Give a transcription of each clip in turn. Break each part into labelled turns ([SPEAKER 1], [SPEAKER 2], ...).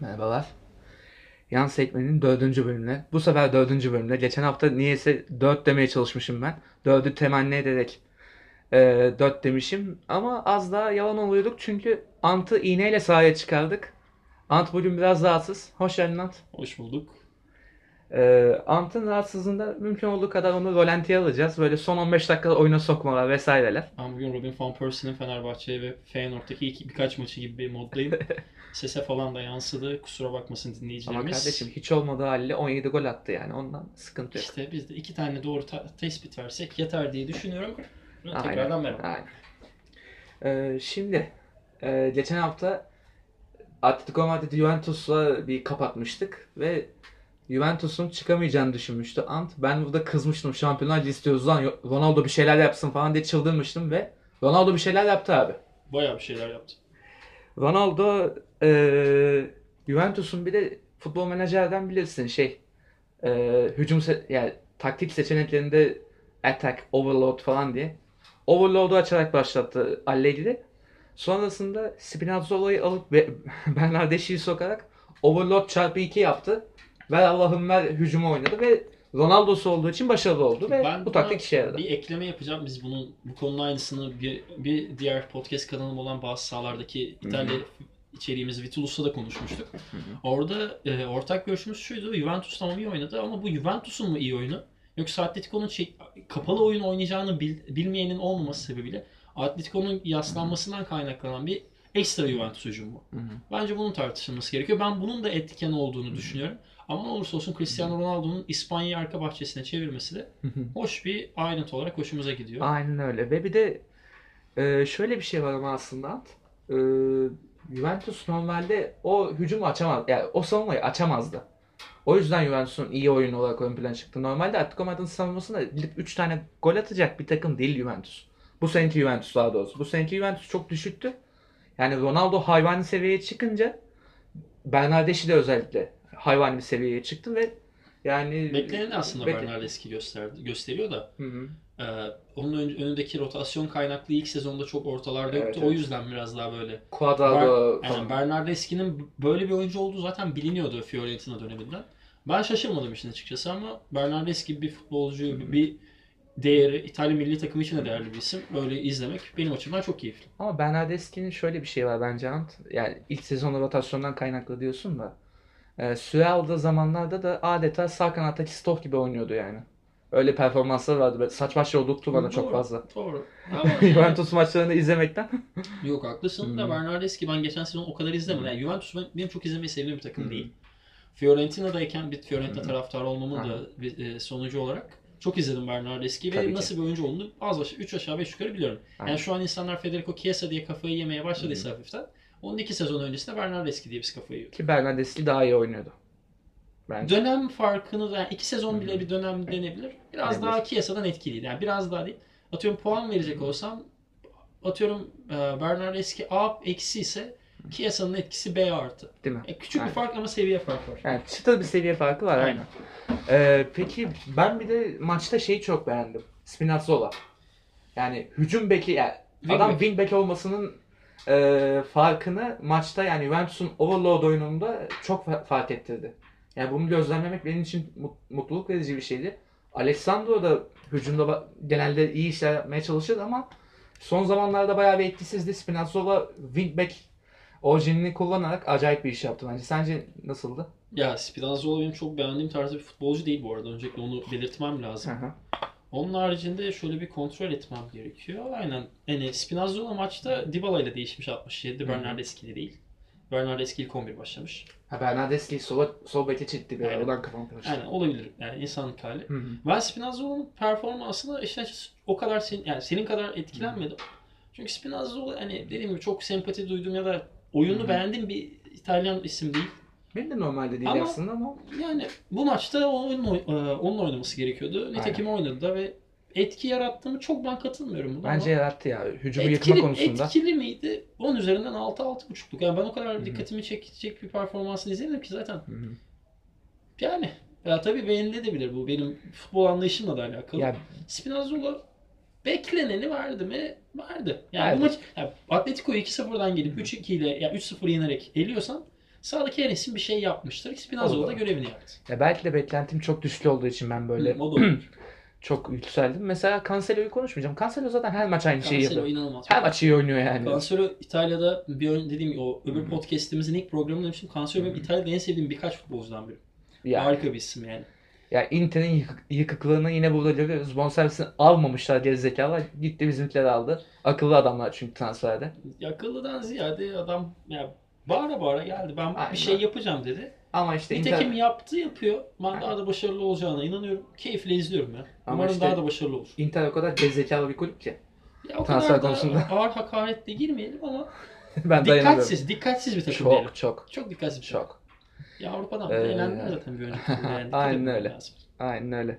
[SPEAKER 1] Merhabalar. Yan sekmenin dördüncü bölümüne. Bu sefer dördüncü bölümde. Geçen hafta niyeyse dört demeye çalışmışım ben. Dördü temenni ederek e, dört demişim. Ama az daha yalan oluyorduk çünkü Ant'ı iğneyle sahaya çıkardık. Ant bugün biraz rahatsız. Hoş geldin Ant.
[SPEAKER 2] Hoş bulduk.
[SPEAKER 1] E, Ant'ın rahatsızlığında mümkün olduğu kadar onu rolantiye alacağız. Böyle son 15 dakikada oyuna sokmalar vesaireler.
[SPEAKER 2] Ben bugün Robin van Persie'nin Fenerbahçe'ye ve Feyenoord'daki ilk birkaç maçı gibi bir moddayım. Sese falan da yansıdı. Kusura bakmasın
[SPEAKER 1] Ama
[SPEAKER 2] dinleyicilerimiz.
[SPEAKER 1] kardeşim hiç olmadığı haliyle 17 gol attı yani. Ondan sıkıntı yok.
[SPEAKER 2] İşte biz de iki tane doğru ta- tespit versek yeter diye düşünüyorum. Buna
[SPEAKER 1] Aynen.
[SPEAKER 2] Tekrardan merhaba.
[SPEAKER 1] Aynen. Ee, şimdi e, geçen hafta Atletico Madrid Juventus'la bir kapatmıştık ve Juventus'un çıkamayacağını düşünmüştü Ant. Ben burada kızmıştım. Şampiyonlar Ligi istiyoruz lan. Ronaldo bir şeyler yapsın falan diye çıldırmıştım ve Ronaldo bir şeyler yaptı abi.
[SPEAKER 2] Bayağı bir şeyler yaptı.
[SPEAKER 1] Ronaldo e, Juventus'un bir de futbol menajerden bilirsin şey e, hücum se- yani taktik seçeneklerinde attack, overload falan diye. Overload'u açarak başlattı Allegri. Sonrasında Spinazzola'yı alıp ve Bernardeşi'yi sokarak overload çarpı 2 yaptı. Ver Allah'ım ver hücumu oynadı ve Ronaldo'su olduğu için başarılı oldu ve
[SPEAKER 2] Ben
[SPEAKER 1] bu
[SPEAKER 2] buna
[SPEAKER 1] taktik işe yaradı.
[SPEAKER 2] Bir ekleme yapacağım. Biz bunun bu konunun aynısını bir, bir diğer podcast kanalım olan bazı sahalardaki İtalya içeriğimiz Vitulus'ta da konuşmuştuk. Orada e, ortak görüşümüz şuydu. Juventus tamam iyi oynadı ama bu Juventus'un mu iyi oyunu? Yoksa Atletico'nun şey- kapalı oyun oynayacağını bil- bilmeyenin olmaması sebebiyle Atletico'nun yaslanmasından kaynaklanan bir ekstra Juventus hücumu mu?
[SPEAKER 1] Hı hı.
[SPEAKER 2] Bence bunun tartışılması gerekiyor. Ben bunun da etken olduğunu düşünüyorum. Ama ne olursa olsun Cristiano Ronaldo'nun İspanya'yı arka bahçesine çevirmesi de
[SPEAKER 1] Hı hı.
[SPEAKER 2] hoş bir ayrıntı olarak hoşumuza gidiyor.
[SPEAKER 1] Aynen öyle ve bir de e, şöyle bir şey var ama aslında Ant. E, Juventus normalde o hücumu açamaz, yani o savunmayı açamazdı. O yüzden Juventus'un iyi oyun olarak ön plana çıktı. Normalde Atletico Madrid'in savunmasında gidip 3 tane gol atacak bir takım değil Juventus. Bu seneki Juventus daha doğrusu. Bu seneki Juventus çok düşüktü. Yani Ronaldo hayvani seviyeye çıkınca Bernardeşi de özellikle hayvani bir seviyeye çıktı ve yani
[SPEAKER 2] Bekleneni aslında
[SPEAKER 1] Bekle-
[SPEAKER 2] Bernardeski gösterdi, gösteriyor da
[SPEAKER 1] Hı hı.
[SPEAKER 2] Ee, onun ön- önündeki rotasyon kaynaklı ilk sezonda çok ortalarda
[SPEAKER 1] Evet,
[SPEAKER 2] yoktu.
[SPEAKER 1] evet.
[SPEAKER 2] O yüzden biraz daha böyle.
[SPEAKER 1] Cuadrado
[SPEAKER 2] Ber- yani Bernardeski'nin böyle bir oyuncu olduğu zaten biliniyordu Fiorentina döneminden. Ben şaşırmadım işin açıkçası ama Bernardeski gibi bir futbolcuyu bir- bir değeri, İtalya milli takımı için de değerli bir isim. Böyle izlemek benim açımdan çok keyifli.
[SPEAKER 1] Ama Bernardeski'nin şöyle bir şey var bence Ant. Yani ilk sezonda rotasyondan kaynaklı diyorsun da. E, süre aldığı zamanlarda da adeta sağ kanattaki Stoff gibi oynuyordu yani. Öyle performanslar vardı. Böyle Saç baş yolduktu bana çok
[SPEAKER 2] Doğru,
[SPEAKER 1] fazla.
[SPEAKER 2] Doğru. Ama yani-
[SPEAKER 1] Juventus maçlarını izlemekten.
[SPEAKER 2] Yok haklısın da
[SPEAKER 1] Hmm.
[SPEAKER 2] Bernardeski ben geçen sezon o kadar izlemedim. Yani Juventus ben- benim çok izlemeyi sevdiğim bir takım
[SPEAKER 1] Hmm.
[SPEAKER 2] değil. Fiorentina'dayken bir Fiorentina taraftarı olmamın
[SPEAKER 1] Aynen.
[SPEAKER 2] da bir, e, sonucu olarak çok izledim Bernardeski'yi ve
[SPEAKER 1] Tabii ki.
[SPEAKER 2] nasıl bir oyuncu olduğunu az aşağı 3 aşağı 5 yukarı biliyorum.
[SPEAKER 1] Aynen.
[SPEAKER 2] Yani şu an insanlar Federico Chiesa diye kafayı yemeye başladıysa hafiften onun 2 sezon öncesinde Bernardeski diye biz kafayı yiyorduk.
[SPEAKER 1] Ki Bernardeski daha iyi oynuyordu. Bence.
[SPEAKER 2] Dönem farkını da yani 2 sezon bile
[SPEAKER 1] Hmm.
[SPEAKER 2] bir dönem denebilir. Biraz
[SPEAKER 1] Denebilir.
[SPEAKER 2] daha Chiesa'dan etkiliydi. Yani biraz daha değil. Atıyorum puan verecek olsam atıyorum e, Bernardeski A eksi ise Chiesa'nın etkisi B artı.
[SPEAKER 1] Değil mi?
[SPEAKER 2] E, küçük
[SPEAKER 1] Aynen.
[SPEAKER 2] bir fark ama seviye farkı var.
[SPEAKER 1] Yani çıtır bir seviye farkı var. Aynen.
[SPEAKER 2] Aynen.
[SPEAKER 1] Ee, peki ben bir de maçta şeyi çok beğendim. Spinazzola. Yani hücum beki yani
[SPEAKER 2] Wing
[SPEAKER 1] adam
[SPEAKER 2] back.
[SPEAKER 1] wing bek olmasının e, farkını maçta yani Juventus'un overload oyununda çok fa- fark ettirdi. Yani bunu gözlemlemek benim için mut- mutluluk verici bir şeydi. Alessandro da hücumda ba- genelde iyi işler yapmaya çalışır ama son zamanlarda bayağı bir etkisizdi. Spinazzola wing back orijinini kullanarak acayip bir iş yaptı bence. Sence nasıldı?
[SPEAKER 2] Ya Spinazzola benim çok beğendiğim tarzda bir futbolcu değil bu arada. Öncelikle onu belirtmem lazım. Onun haricinde şöyle bir kontrol etmem gerekiyor. Aynen. Yani Spinazzola maçta Dybala ile değişmiş 67.
[SPEAKER 1] Hı hı.
[SPEAKER 2] Bernardeski ile değil. Bernardeski ilk 11 başlamış.
[SPEAKER 1] Ha Bernardeski sola, sol beke çekti bir
[SPEAKER 2] Aynen.
[SPEAKER 1] oradan kafam karıştı.
[SPEAKER 2] Aynen olabilir. Yani insanlık hali.
[SPEAKER 1] Hı hı.
[SPEAKER 2] Ben Spinazzola'nın performansına işin açıkçası o kadar senin, yani senin kadar etkilenmedim. Çünkü Spinazzola hani dediğim gibi çok sempati duyduğum ya da oyunu
[SPEAKER 1] Hı hı.
[SPEAKER 2] beğendiğim bir İtalyan isim değil.
[SPEAKER 1] Benim de normalde değil
[SPEAKER 2] Ama-
[SPEAKER 1] aslında ama
[SPEAKER 2] Yani bu maçta onun, oy- e, onun oynaması gerekiyordu. Nitekim oynadı da ve etki yarattığını çok ben katılmıyorum buna.
[SPEAKER 1] bence
[SPEAKER 2] ama
[SPEAKER 1] yarattı ya hücumu
[SPEAKER 2] etkili,
[SPEAKER 1] yıkma konusunda.
[SPEAKER 2] etkili miydi? 10 üzerinden 6-6.5'luk. Yani ben o kadar
[SPEAKER 1] hı.
[SPEAKER 2] dikkatimi çekecek bir performansını izlemedim ki zaten.
[SPEAKER 1] Hı hı.
[SPEAKER 2] Yani ya tabii beğenilebilir bu benim futbol anlayışımla da alakalı.
[SPEAKER 1] Ya
[SPEAKER 2] Spinazzola bekleneni verdi mi? Verdi. Yani
[SPEAKER 1] Verdi.
[SPEAKER 2] bu maç yani Atletico'yu 2-0'dan gelip 3-2 ile ya 3-0 yenerek eliyorsan Sağdaki her isim bir şey yapmıştır. Spinazzola
[SPEAKER 1] Olur.
[SPEAKER 2] da görevini yaptı.
[SPEAKER 1] Ya belki de beklentim çok düşük olduğu için ben böyle
[SPEAKER 2] Hı, O da olur.
[SPEAKER 1] çok yükseldim. Mesela Cancelo'yu konuşmayacağım. Cancelo zaten her maç aynı şeyi
[SPEAKER 2] Cancelo
[SPEAKER 1] yapıyor.
[SPEAKER 2] inanılmaz.
[SPEAKER 1] Her maç iyi oynuyor yani.
[SPEAKER 2] Cancelo İtalya'da bir ön, dediğim gibi o öbür podcast'imizin ilk programında demiştim. Cancelo benim İtalya'da en sevdiğim birkaç futbolcudan biri.
[SPEAKER 1] Ya,
[SPEAKER 2] Harika bir isim yani.
[SPEAKER 1] ya Inter'in yıkık- yıkıklığını yine burada görüyoruz. Bonservisini almamışlar gerizekalılar. Gitti bizimkileri aldı. Akıllı adamlar çünkü transferde.
[SPEAKER 2] Yakıllıdan ziyade adam ya bağıra bağıra geldi. Ben
[SPEAKER 1] Aynen.
[SPEAKER 2] bir şey yapacağım dedi.
[SPEAKER 1] Ama işte
[SPEAKER 2] Nitekim
[SPEAKER 1] Inter,
[SPEAKER 2] yaptı yapıyor. Ben daha
[SPEAKER 1] Aynen.
[SPEAKER 2] da başarılı olacağına inanıyorum. Keyifle izliyorum ya.
[SPEAKER 1] Ama
[SPEAKER 2] Umarım
[SPEAKER 1] işte-
[SPEAKER 2] daha da başarılı olur.
[SPEAKER 1] Inter o kadar gerizekalı bir kulüp ki.
[SPEAKER 2] Ya o
[SPEAKER 1] Transfer
[SPEAKER 2] kadar da
[SPEAKER 1] konusunda.
[SPEAKER 2] ağır hakaretle girmeyelim ama
[SPEAKER 1] ben dayanamıyorum.
[SPEAKER 2] dikkatsiz, dikkatsiz bir takım diyelim.
[SPEAKER 1] Çok çok
[SPEAKER 2] Çok dikkatsiz bir takım.
[SPEAKER 1] çok.
[SPEAKER 2] Ya Avrupa'dan
[SPEAKER 1] Ee,
[SPEAKER 2] da eğlendiler zaten bir önceki turda. Yani dikkat
[SPEAKER 1] aynen
[SPEAKER 2] etmemek
[SPEAKER 1] öyle.
[SPEAKER 2] lazım.
[SPEAKER 1] Aynen öyle.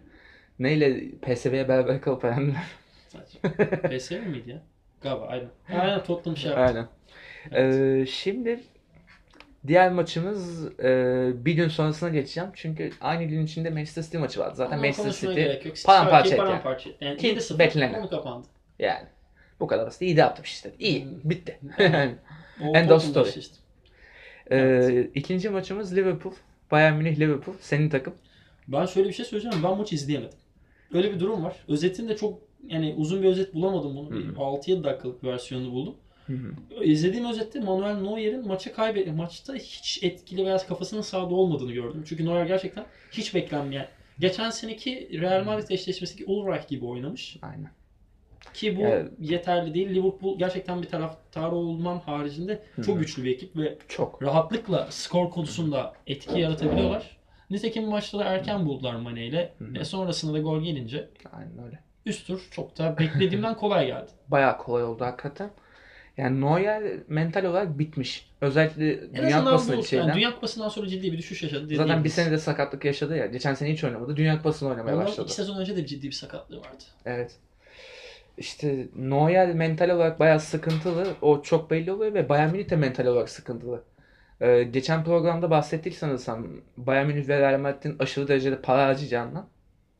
[SPEAKER 1] Neyle PSV'ye beraber kalıp elendiler.
[SPEAKER 2] Sadece. PSV miydi ya? Galiba aynen. Aynen Tottenham şey yaptı.
[SPEAKER 1] Aynen. Ee, şimdi diğer maçımız e, bir gün sonrasına geçeceğim. Çünkü aynı gün içinde Manchester City maçı vardı. Zaten
[SPEAKER 2] Ama
[SPEAKER 1] Manchester
[SPEAKER 2] konuşmaya
[SPEAKER 1] City
[SPEAKER 2] gerek yok. Siz
[SPEAKER 1] paramparça
[SPEAKER 2] şarkıyı
[SPEAKER 1] etti yani.
[SPEAKER 2] paramparça etti. Yani
[SPEAKER 1] Ki
[SPEAKER 2] 7-0
[SPEAKER 1] beklenen.
[SPEAKER 2] konu kapandı.
[SPEAKER 1] Yani bu kadar basit. İyi de yaptım işte. İyi.
[SPEAKER 2] Hmm.
[SPEAKER 1] Bitti.
[SPEAKER 2] O
[SPEAKER 1] End of
[SPEAKER 2] Tottenham'da
[SPEAKER 1] story.
[SPEAKER 2] işte işte.
[SPEAKER 1] ee, ikinci maçımız Liverpool. Bayern Münih Liverpool. Senin takım.
[SPEAKER 2] Ben şöyle bir şey söyleyeceğim. Ben maçı izleyemedim. Öyle bir durum var. Özetinde çok yani uzun bir özet bulamadım bunu. Bir 6-7 dakikalık bir versiyonunu buldum. İzlediğim özette Manuel Neuer'in maça kaybe maçta hiç etkili veya kafasının sağda olmadığını gördüm. Çünkü Neuer gerçekten hiç beklenmeyen. Geçen seneki Real Madrid eşleşmesindeki Ulreich gibi oynamış.
[SPEAKER 1] Aynen.
[SPEAKER 2] Ki bu
[SPEAKER 1] Evet.
[SPEAKER 2] yeterli değil. Liverpool gerçekten bir taraftar olmam haricinde çok güçlü bir ekip ve
[SPEAKER 1] Çok.
[SPEAKER 2] rahatlıkla skor konusunda etki yaratabiliyorlar. Nitekim maçta da erken buldular Mane ile.
[SPEAKER 1] hı.
[SPEAKER 2] E sonrasında da gol gelince
[SPEAKER 1] Aynen öyle.
[SPEAKER 2] üst tur çok da beklediğimden kolay geldi.
[SPEAKER 1] Bayağı kolay oldu hakikaten. Yani Neuer mental olarak bitmiş. Özellikle
[SPEAKER 2] En
[SPEAKER 1] Dünya
[SPEAKER 2] azından
[SPEAKER 1] Kupası'ndaki
[SPEAKER 2] bu,
[SPEAKER 1] şeyden.
[SPEAKER 2] yani Dünya Kupası'ndan sonra ciddi bir düşüş yaşadı.
[SPEAKER 1] Zaten bir
[SPEAKER 2] diyebiliriz.
[SPEAKER 1] senede sakatlık yaşadı ya. Geçen sene hiç oynamadı. Dünya Kupası'nı oynamaya
[SPEAKER 2] Ondan
[SPEAKER 1] başladı.
[SPEAKER 2] iki sezon önce de ciddi bir sakatlığı vardı.
[SPEAKER 1] Evet. İşte Neuer mental olarak bayağı sıkıntılı. O çok belli oluyor ve Bayern Münih de mental olarak sıkıntılı. Ee, geçen programda bahsettik sanırsam Bayern Münih ve Real Madrid'in aşırı derecede para harcayacağından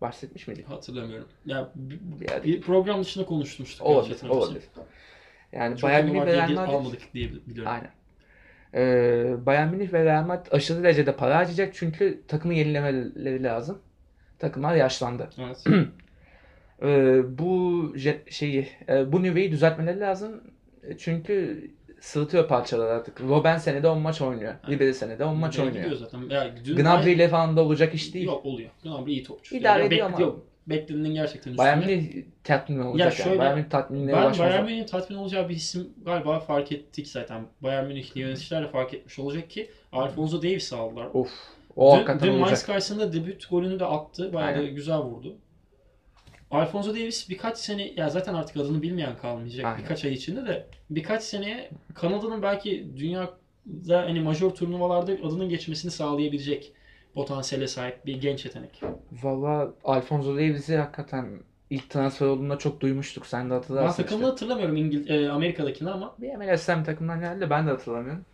[SPEAKER 1] bahsetmiş miydik?
[SPEAKER 2] Hatırlamıyorum. Ya bir,
[SPEAKER 1] Yani-
[SPEAKER 2] bir program dışında konuşmuştuk.
[SPEAKER 1] Olabilir,
[SPEAKER 2] gerçekten.
[SPEAKER 1] olabilir. Yani
[SPEAKER 2] Çok
[SPEAKER 1] Bayern
[SPEAKER 2] ünlü
[SPEAKER 1] Münih
[SPEAKER 2] var
[SPEAKER 1] ve
[SPEAKER 2] diye
[SPEAKER 1] Real
[SPEAKER 2] diye
[SPEAKER 1] Madrid
[SPEAKER 2] almadık diye biliyorum.
[SPEAKER 1] Aynen. Ee, Bayern Münih ve Real Madrid aşırı derecede para harcayacak çünkü takımı yenilemeleri lazım. Takımlar yaşlandı.
[SPEAKER 2] Evet.
[SPEAKER 1] Ee, bu je- şeyi, e, bu nüveyi düzeltmeleri lazım. E, Çünkü sırıtıyor parçalar artık. Robben senede 10 maç oynuyor.
[SPEAKER 2] Aynen.
[SPEAKER 1] Ribery senede 10 maç
[SPEAKER 2] Yani
[SPEAKER 1] oynuyor.
[SPEAKER 2] gidiyor zaten. Ya, dün
[SPEAKER 1] Gnabry ile falan da olacak iş değil.
[SPEAKER 2] Yok oluyor. Gnabry iyi topçu.
[SPEAKER 1] İdare
[SPEAKER 2] Yani
[SPEAKER 1] ediyor
[SPEAKER 2] bek-
[SPEAKER 1] ama-
[SPEAKER 2] Yok. Beklediğinin gerçekten üstünde.
[SPEAKER 1] Bayern Münih tatmin olacak yani.
[SPEAKER 2] şöyle,
[SPEAKER 1] Bayern Münih tatminine
[SPEAKER 2] Ben
[SPEAKER 1] ulaşmaz.
[SPEAKER 2] Bayern Münih'in tatmin olacağı bir isim galiba fark ettik zaten. Bayern Münihli yöneticiler de fark etmiş olacak ki Alfonso Davies'i aldılar.
[SPEAKER 1] Of. O
[SPEAKER 2] dün
[SPEAKER 1] hakikaten
[SPEAKER 2] dün
[SPEAKER 1] olacak.
[SPEAKER 2] Mainz karşısında debüt golünü de attı. Bayağı da güzel vurdu. Alfonso Davies birkaç sene, ya zaten artık adını bilmeyen kalmayacak
[SPEAKER 1] Aynen.
[SPEAKER 2] birkaç ay içinde de birkaç seneye Kanada'nın belki dünyada hani majör turnuvalarda adının geçmesini sağlayabilecek potansiyele sahip bir genç yetenek.
[SPEAKER 1] Valla Alfonso Davies'i hakikaten ilk transfer olduğunda çok duymuştuk. Sen de
[SPEAKER 2] Ben
[SPEAKER 1] hatırlarsın
[SPEAKER 2] takımını hatırlamıyorum İngil e, Amerika'dakini ama
[SPEAKER 1] Bir MLSM takımdan geldi ben de hatırlamıyorum.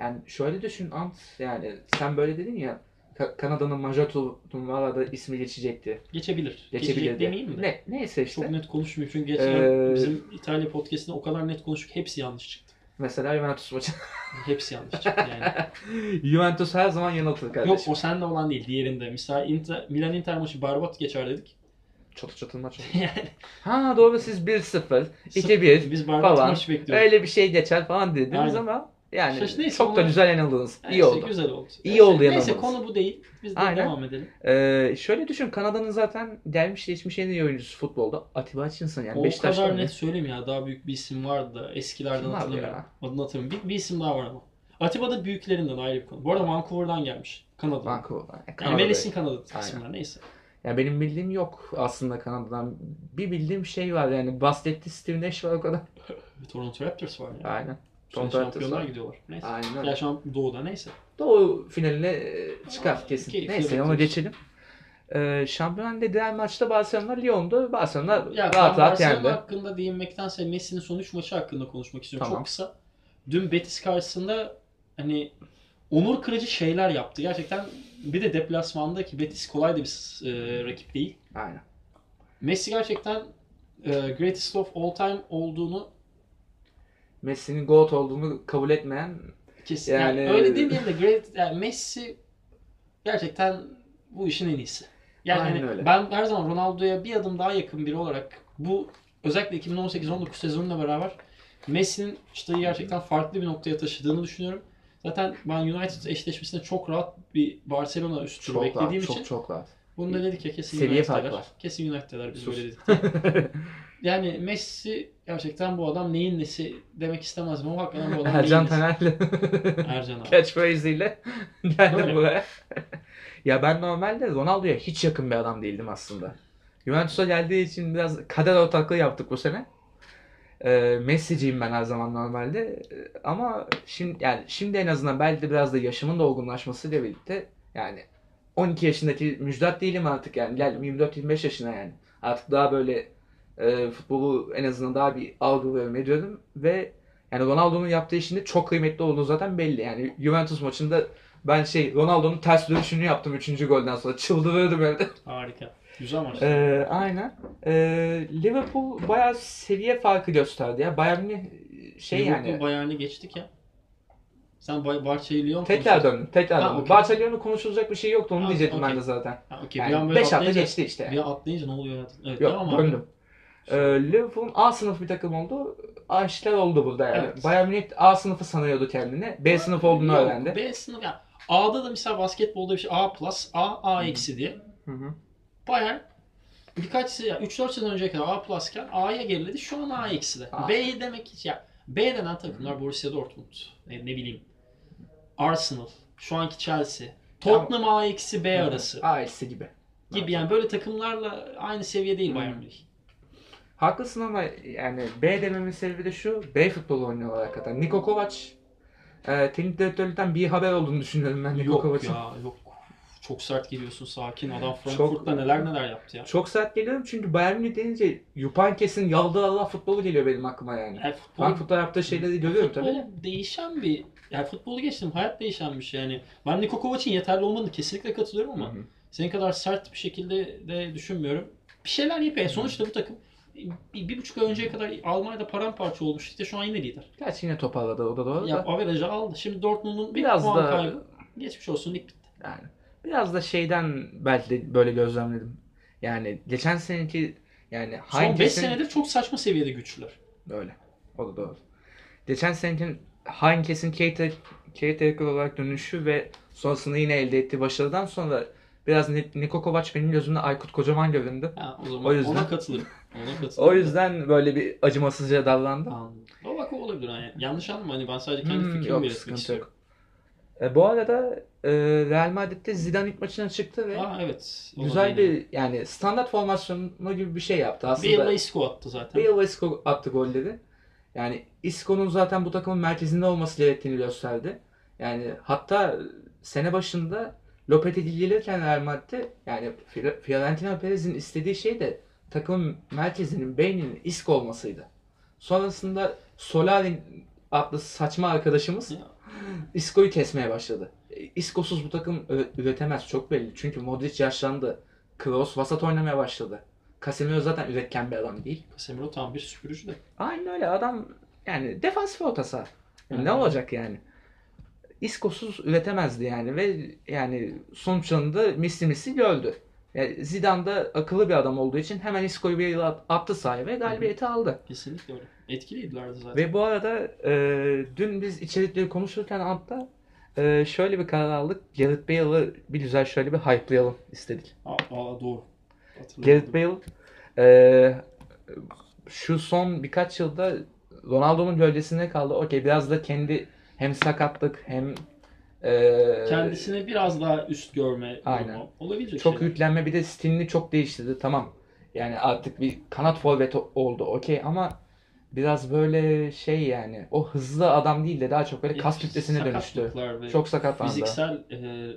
[SPEAKER 1] Yani şöyle düşün Ant yani sen böyle dedin ya Ka- Kanada'nın major turnuvalarda ismi geçecekti.
[SPEAKER 2] geçebilir.
[SPEAKER 1] Geçebilir
[SPEAKER 2] Geçecek
[SPEAKER 1] diye.
[SPEAKER 2] demeyeyim de.
[SPEAKER 1] Ne, neyse işte.
[SPEAKER 2] Çok net konuşmuyor çünkü geçen
[SPEAKER 1] Ee,
[SPEAKER 2] bizim İtalya podcastinde o kadar net konuştuk hepsi yanlış çıktı.
[SPEAKER 1] Mesela Juventus maçı.
[SPEAKER 2] Hepsi yanlış çıktı yani.
[SPEAKER 1] Juventus her zaman yanıltır kardeşim.
[SPEAKER 2] Yok o sende olan değil diğerinde. Mesela Inter, Milan Inter maçı berbat geçer dedik.
[SPEAKER 1] Çatı çatı maç oldu.
[SPEAKER 2] Yani
[SPEAKER 1] Ha doğru siz 1-0,
[SPEAKER 2] sıfır-
[SPEAKER 1] 2-1
[SPEAKER 2] biz berbat
[SPEAKER 1] falan.
[SPEAKER 2] maç bekliyoruz.
[SPEAKER 1] öyle bir şey geçer falan dediniz
[SPEAKER 2] Aynen.
[SPEAKER 1] ama yani
[SPEAKER 2] İşte neyse,
[SPEAKER 1] çok da
[SPEAKER 2] onlar-
[SPEAKER 1] güzel yanıldınız.
[SPEAKER 2] Yani
[SPEAKER 1] İyi
[SPEAKER 2] işte
[SPEAKER 1] oldu.
[SPEAKER 2] Güzel oldu.
[SPEAKER 1] İyi
[SPEAKER 2] Neyse-
[SPEAKER 1] oldu
[SPEAKER 2] Neyse
[SPEAKER 1] yanılmanız.
[SPEAKER 2] konu bu değil. Biz de
[SPEAKER 1] Aynen.
[SPEAKER 2] devam edelim.
[SPEAKER 1] Ee, şöyle düşün Kanada'nın zaten gelmiş geçmiş en iyi oyuncusu futbolda. Atiba Hutchinson yani
[SPEAKER 2] o
[SPEAKER 1] Beşiktaş'ta
[SPEAKER 2] kadar
[SPEAKER 1] oynuyor.
[SPEAKER 2] net söyleyeyim ya daha büyük bir isim vardı da eskilerden
[SPEAKER 1] Kim abi
[SPEAKER 2] hatırlamıyorum. Adını hatırlamıyorum. Bir, bir isim daha var ama. Atiba da büyüklerinden ayrı bir konu. Bu arada Vancouver'dan gelmiş. Kanada'dan.
[SPEAKER 1] Vancouver'dan.
[SPEAKER 2] Yani
[SPEAKER 1] Kanada'da.
[SPEAKER 2] Melis'in Kanada
[SPEAKER 1] Aynen.
[SPEAKER 2] kısımları neyse.
[SPEAKER 1] Ya benim bildiğim yok aslında Kanada'dan. Bir bildiğim şey var yani basketti Steve Nash var o kadar.
[SPEAKER 2] Toronto Raptors var yani.
[SPEAKER 1] Aynen.
[SPEAKER 2] Son
[SPEAKER 1] Toronto Raptors
[SPEAKER 2] şampiyonlar
[SPEAKER 1] var.
[SPEAKER 2] gidiyorlar. Neyse.
[SPEAKER 1] Aynen öyle.
[SPEAKER 2] Ya şu an doğuda neyse.
[SPEAKER 1] Doğu finaline e, çıkar
[SPEAKER 2] Aa,
[SPEAKER 1] kesin.
[SPEAKER 2] keyifli
[SPEAKER 1] Neyse onu
[SPEAKER 2] bekliyoruz.
[SPEAKER 1] geçelim. Ee, Şampiyon Ligi'nde diğer maçta Barcelona Lyon'du. Barcelona
[SPEAKER 2] Ya
[SPEAKER 1] rahat
[SPEAKER 2] ben
[SPEAKER 1] rahat
[SPEAKER 2] Barcelona
[SPEAKER 1] yendi.
[SPEAKER 2] hakkında değinmektense Messi'nin son 3 maçı hakkında konuşmak istiyorum.
[SPEAKER 1] Tamam.
[SPEAKER 2] Çok kısa. Dün Betis karşısında hani onur kırıcı şeyler yaptı. Gerçekten bir de deplasmanda ki Betis kolay da bir e, rakip değil.
[SPEAKER 1] Aynen.
[SPEAKER 2] Messi gerçekten e, greatest of all time olduğunu
[SPEAKER 1] Messi'nin GOAT olduğunu kabul etmeyen
[SPEAKER 2] Kesin. Yani,
[SPEAKER 1] Yani-
[SPEAKER 2] öyle demeyelim de great, yani Messi gerçekten bu işin en iyisi. Yani
[SPEAKER 1] Aynen
[SPEAKER 2] hani
[SPEAKER 1] öyle.
[SPEAKER 2] ben her zaman Ronaldo'ya bir adım daha yakın biri olarak bu özellikle 2018-19 sezonuyla beraber Messi'nin işte gerçekten farklı bir noktaya taşıdığını düşünüyorum. Zaten ben United eşleşmesinde çok rahat bir Barcelona üst turu
[SPEAKER 1] Çok
[SPEAKER 2] beklediğim
[SPEAKER 1] rahat,
[SPEAKER 2] için
[SPEAKER 1] çok çok rahat.
[SPEAKER 2] bunu da dedik ya kesin
[SPEAKER 1] Seviye
[SPEAKER 2] United'ler.
[SPEAKER 1] farkı var.
[SPEAKER 2] Kesin United'ler biz
[SPEAKER 1] Sus.
[SPEAKER 2] böyle dedik. Yani Messi gerçekten bu adam neyin nesi demek istemezdim ama hakikaten bu adam
[SPEAKER 1] Ercan
[SPEAKER 2] neyin nesi.
[SPEAKER 1] Taner'le
[SPEAKER 2] Ercan abi.
[SPEAKER 1] catchphrase ile geldim
[SPEAKER 2] Öyle.
[SPEAKER 1] buraya. ya ben normalde Ronaldo'ya hiç yakın bir adam değildim aslında. Juventus'a geldiği için biraz kader ortaklığı yaptık bu sene. Ee, Messi'ciyim ben her zaman normalde. Ee, Ama şimdi yani şimdi en azından belki de biraz da yaşımın da olgunlaşmasıyla birlikte yani 12 yaşındaki müjdat değilim artık yani. Geldim 24-25 yaşına yani. Artık daha böyle e, futbolu en azından daha bir algılıyorum ediyorum ve yani Ronaldo'nun yaptığı işin de çok kıymetli olduğu zaten belli. Yani Juventus maçında ben şey Ronaldo'nun ters dönüşünü yaptım 3. golden sonra. Çıldırıyordum evde.
[SPEAKER 2] Harika. Güzel maç.
[SPEAKER 1] Ee, aynen. Ee, Liverpool bayağı seviye farkı gösterdi ya. Bayern Münih şey
[SPEAKER 2] Liverpool
[SPEAKER 1] yani.
[SPEAKER 2] Bayern'i geçtik ya. Sen Bay Barça'yı Lyon
[SPEAKER 1] Tekrar
[SPEAKER 2] konuştun.
[SPEAKER 1] döndüm. Tekrar
[SPEAKER 2] Ha,
[SPEAKER 1] döndüm.
[SPEAKER 2] okey.
[SPEAKER 1] Barcelona'da konuşulacak bir şey yoktu. Onu
[SPEAKER 2] Ha,
[SPEAKER 1] diyecektim ben
[SPEAKER 2] okey.
[SPEAKER 1] de zaten.
[SPEAKER 2] Ha, okey.
[SPEAKER 1] Yani
[SPEAKER 2] bir
[SPEAKER 1] 5
[SPEAKER 2] an böyle
[SPEAKER 1] hafta
[SPEAKER 2] atlayınca,
[SPEAKER 1] geçti işte.
[SPEAKER 2] bir an atlayınca ne oluyor? hayatım? Evet,
[SPEAKER 1] Yok
[SPEAKER 2] tamam abi.
[SPEAKER 1] döndüm. Ee, Liverpool'un A sınıfı bir takım oldu. A işler oldu burada yani.
[SPEAKER 2] Evet.
[SPEAKER 1] Bayern Münih A sınıfı sanıyordu kendini. B sınıfı olduğunu
[SPEAKER 2] Yok,
[SPEAKER 1] öğrendi.
[SPEAKER 2] B sınıf. Ya, A'da da mesela basketbolda bir şey A plus, A, A eksi diye.
[SPEAKER 1] Hı hı.
[SPEAKER 2] Bayern birkaç sene, 3-4 sene önceye kadar A plusken A'ya geriledi. Şu an A eksi de.
[SPEAKER 1] A.
[SPEAKER 2] B demek ki ya B denen takımlar Borussia Dortmund, e, ne bileyim Arsenal, şu anki Chelsea, Tottenham A eksi B arası
[SPEAKER 1] A eksi gibi.
[SPEAKER 2] gibi yani böyle takımlarla aynı seviye değil
[SPEAKER 1] Hmm.
[SPEAKER 2] Bayern Münih.
[SPEAKER 1] Haklısın ama yani B dememin sebebi de şu. B futbolu oynuyorlar hakikaten. Niko Kovac e, teknik direktörlükten bir haber olduğunu düşünüyorum ben Niko
[SPEAKER 2] Yok
[SPEAKER 1] Kovac'ın.
[SPEAKER 2] ya yok. Çok sert geliyorsun sakin. Adam
[SPEAKER 1] Çok-
[SPEAKER 2] Frankfurt'ta neler neler yaptı ya.
[SPEAKER 1] Çok sert geliyorum çünkü Bayern Münih deyince Yupankes'in yaldığı Allah futbolu geliyor benim aklıma yani.
[SPEAKER 2] Yani futbol,
[SPEAKER 1] Frankfurt'ta yaptığı şeyleri görüyorum tabii.
[SPEAKER 2] futbol değişen bir yani futbolu geçtim hayat değişen bir şey yani. Ben Niko Kovac'ın yeterli olmadığını kesinlikle katılıyorum ama
[SPEAKER 1] Hı hı.
[SPEAKER 2] senin kadar sert bir şekilde de düşünmüyorum. Bir şeyler yapıyor. Sonuçta bu takım bir, bir buçuk ay önceye kadar Almanya'da paramparça olmuştu. İşte şu an yine lider.
[SPEAKER 1] Gerçi yine toparladı o da doğru
[SPEAKER 2] Ya
[SPEAKER 1] da.
[SPEAKER 2] averajı aldı. Şimdi Dortmund'un bir
[SPEAKER 1] Biraz
[SPEAKER 2] puan
[SPEAKER 1] da-
[SPEAKER 2] kaybı. Geçmiş olsun lig bitti.
[SPEAKER 1] Yani biraz da şeyden belki de böyle gözlemledim. Yani geçen seneki yani
[SPEAKER 2] Son 5
[SPEAKER 1] Heinkes'in-
[SPEAKER 2] senedir çok saçma seviyede güçlüler.
[SPEAKER 1] Öyle. O da doğru. Geçen seneki Heinkes'in caretaker caretaker olarak dönüşü ve sonrasında yine elde ettiği başarıdan sonra biraz Ni- Niko Kovac benim gözümde Aykut Kocaman göründü.
[SPEAKER 2] Ha, o zaman
[SPEAKER 1] O yüzden-
[SPEAKER 2] ona katılırım. Ona katılırım.
[SPEAKER 1] O yüzden böyle bir acımasızca davrandı.
[SPEAKER 2] Anladım. Ama bak o olabilir hani. Yanlış anlama hani ben sadece kendi
[SPEAKER 1] Hmm,
[SPEAKER 2] fikrimi
[SPEAKER 1] yok
[SPEAKER 2] belirtmek
[SPEAKER 1] sıkıntı
[SPEAKER 2] istiyorum.
[SPEAKER 1] yok. E, bu arada e, Real Madrid'de Zidane ilk maçına çıktı ve
[SPEAKER 2] Aa evet. O
[SPEAKER 1] güzel
[SPEAKER 2] zaman
[SPEAKER 1] bir yani standart formasyonu gibi bir şey yaptı
[SPEAKER 2] yani. Bir yılda
[SPEAKER 1] aslında.
[SPEAKER 2] Isco attı zaten.
[SPEAKER 1] Bale ve Isco attı golleri. Yani Isco'nun zaten bu takımın merkezinde olması gerektiğini gösterdi. Yani hatta sene başında Lopetegui gelirken Real Madrid'de yani Fi- Florentino Perez'in istediği şey de takımın merkezinin beyninin Isco olmasıydı. Sonrasında Solari adlı saçma arkadaşımız
[SPEAKER 2] Ya.
[SPEAKER 1] Isco'yu kesmeye başladı. E, Isco'suz bu takım ö- üretemez çok belli. Çünkü Modric yaşlandı. Kroos vasat oynamaya başladı. Casemiro zaten üretken bir adam değil.
[SPEAKER 2] Casemiro tam bir süpürücü de.
[SPEAKER 1] Aynen öyle adam yani defansif orta saha. Yani ne
[SPEAKER 2] Aynen.
[SPEAKER 1] olacak yani? İskosuz üretemezdi yani ve yani sonuçlarında misli misli gördü. Yani Zidane da akıllı bir adam olduğu için hemen Isco'yu bir yıl at- attı sahaya ve galibiyeti aldı.
[SPEAKER 2] Kesinlikle öyle. Etkiliydilerdi zaten.
[SPEAKER 1] Ve bu arada e, dün biz içerikleri konuşurken altta e, şöyle bir karar aldık. Gareth Bale'ı bir güzel şöyle bir hype'layalım istedik.
[SPEAKER 2] Aa, aa, doğru. Hatırladım.
[SPEAKER 1] Gareth Bale e, şu son birkaç yılda Ronaldo'nun gölgesinde kaldı. Okey biraz da kendi hem sakatlık hem e,
[SPEAKER 2] Kendisini biraz daha üst görme
[SPEAKER 1] Aynen.
[SPEAKER 2] durumu olabilecek
[SPEAKER 1] çok
[SPEAKER 2] şey.
[SPEAKER 1] yüklenme bir de stilini çok değiştirdi. Tamam. Yani artık bir kanat forvet o- oldu. Okey ama biraz böyle şey yani o hızlı adam değil de daha çok böyle kas kütlesine dönüştü.
[SPEAKER 2] Sakatlıklar ve
[SPEAKER 1] Çok sakatlandı.
[SPEAKER 2] Fiziksel e,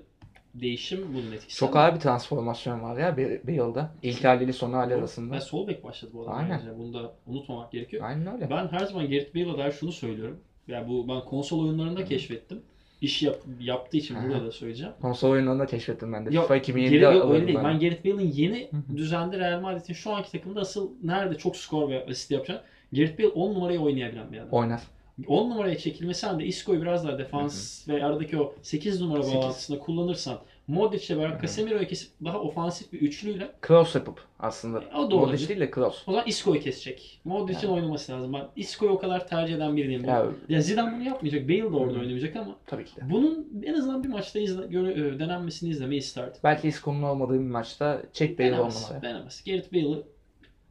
[SPEAKER 2] değişim bunun etkisi.
[SPEAKER 1] Çok ağır bir transformasyon var ya bir, bir yılda. İlk haliyle son hali arasında.
[SPEAKER 2] Ben sol bek başladı bu adam.
[SPEAKER 1] Aynen.
[SPEAKER 2] Yani. Bunu da unutmamak gerekiyor.
[SPEAKER 1] Aynen öyle.
[SPEAKER 2] Ben her zaman Gareth Bale'a dair şunu söylüyorum. Yani bu ben konsol oyunlarında keşfettim. İş yap, yaptığı için
[SPEAKER 1] Aha.
[SPEAKER 2] burada da söyleyeceğim.
[SPEAKER 1] Konsol oyunlarında keşfettim ben de.
[SPEAKER 2] Yok,
[SPEAKER 1] FIFA
[SPEAKER 2] Geri,
[SPEAKER 1] 2007'de
[SPEAKER 2] yok,
[SPEAKER 1] alıyordum
[SPEAKER 2] öyle değil.
[SPEAKER 1] ben.
[SPEAKER 2] Ben Gareth Bale'in yeni
[SPEAKER 1] Hı hı.
[SPEAKER 2] düzende Real Madrid'in şu anki takımında asıl nerede çok skor ve asist yapacak. Gareth Bale 10 numarayı oynayabilen bir adam.
[SPEAKER 1] Oynar.
[SPEAKER 2] 10 numaraya çekilmesi halinde Isco'yu biraz daha defans ve aradaki o 8 numara
[SPEAKER 1] Sekiz.
[SPEAKER 2] bağlantısında kullanırsan Modric'le
[SPEAKER 1] Hı
[SPEAKER 2] beraber
[SPEAKER 1] hı.
[SPEAKER 2] Casemiro'yu kesip daha ofansif bir üçlüyle
[SPEAKER 1] Close yapıp aslında.
[SPEAKER 2] o da
[SPEAKER 1] Modric
[SPEAKER 2] olabilir.
[SPEAKER 1] değil de close.
[SPEAKER 2] O zaman Isco'yu kesecek. Modric'in
[SPEAKER 1] Yani.
[SPEAKER 2] oynaması lazım. Ben Isco'yu o kadar tercih eden biri değilim.
[SPEAKER 1] Ya,
[SPEAKER 2] Ya Zidane bunu yapmayacak. Bale de orada
[SPEAKER 1] Hı.
[SPEAKER 2] oynamayacak ama
[SPEAKER 1] tabii ki de.
[SPEAKER 2] bunun en azından bir maçta izle, göre- e, denenmesini izlemeyi isterdim.
[SPEAKER 1] Belki Isco'nun olmadığı bir maçta çek Bale on
[SPEAKER 2] Denemez.
[SPEAKER 1] numaraya.
[SPEAKER 2] Denemez. Gareth Bale'ı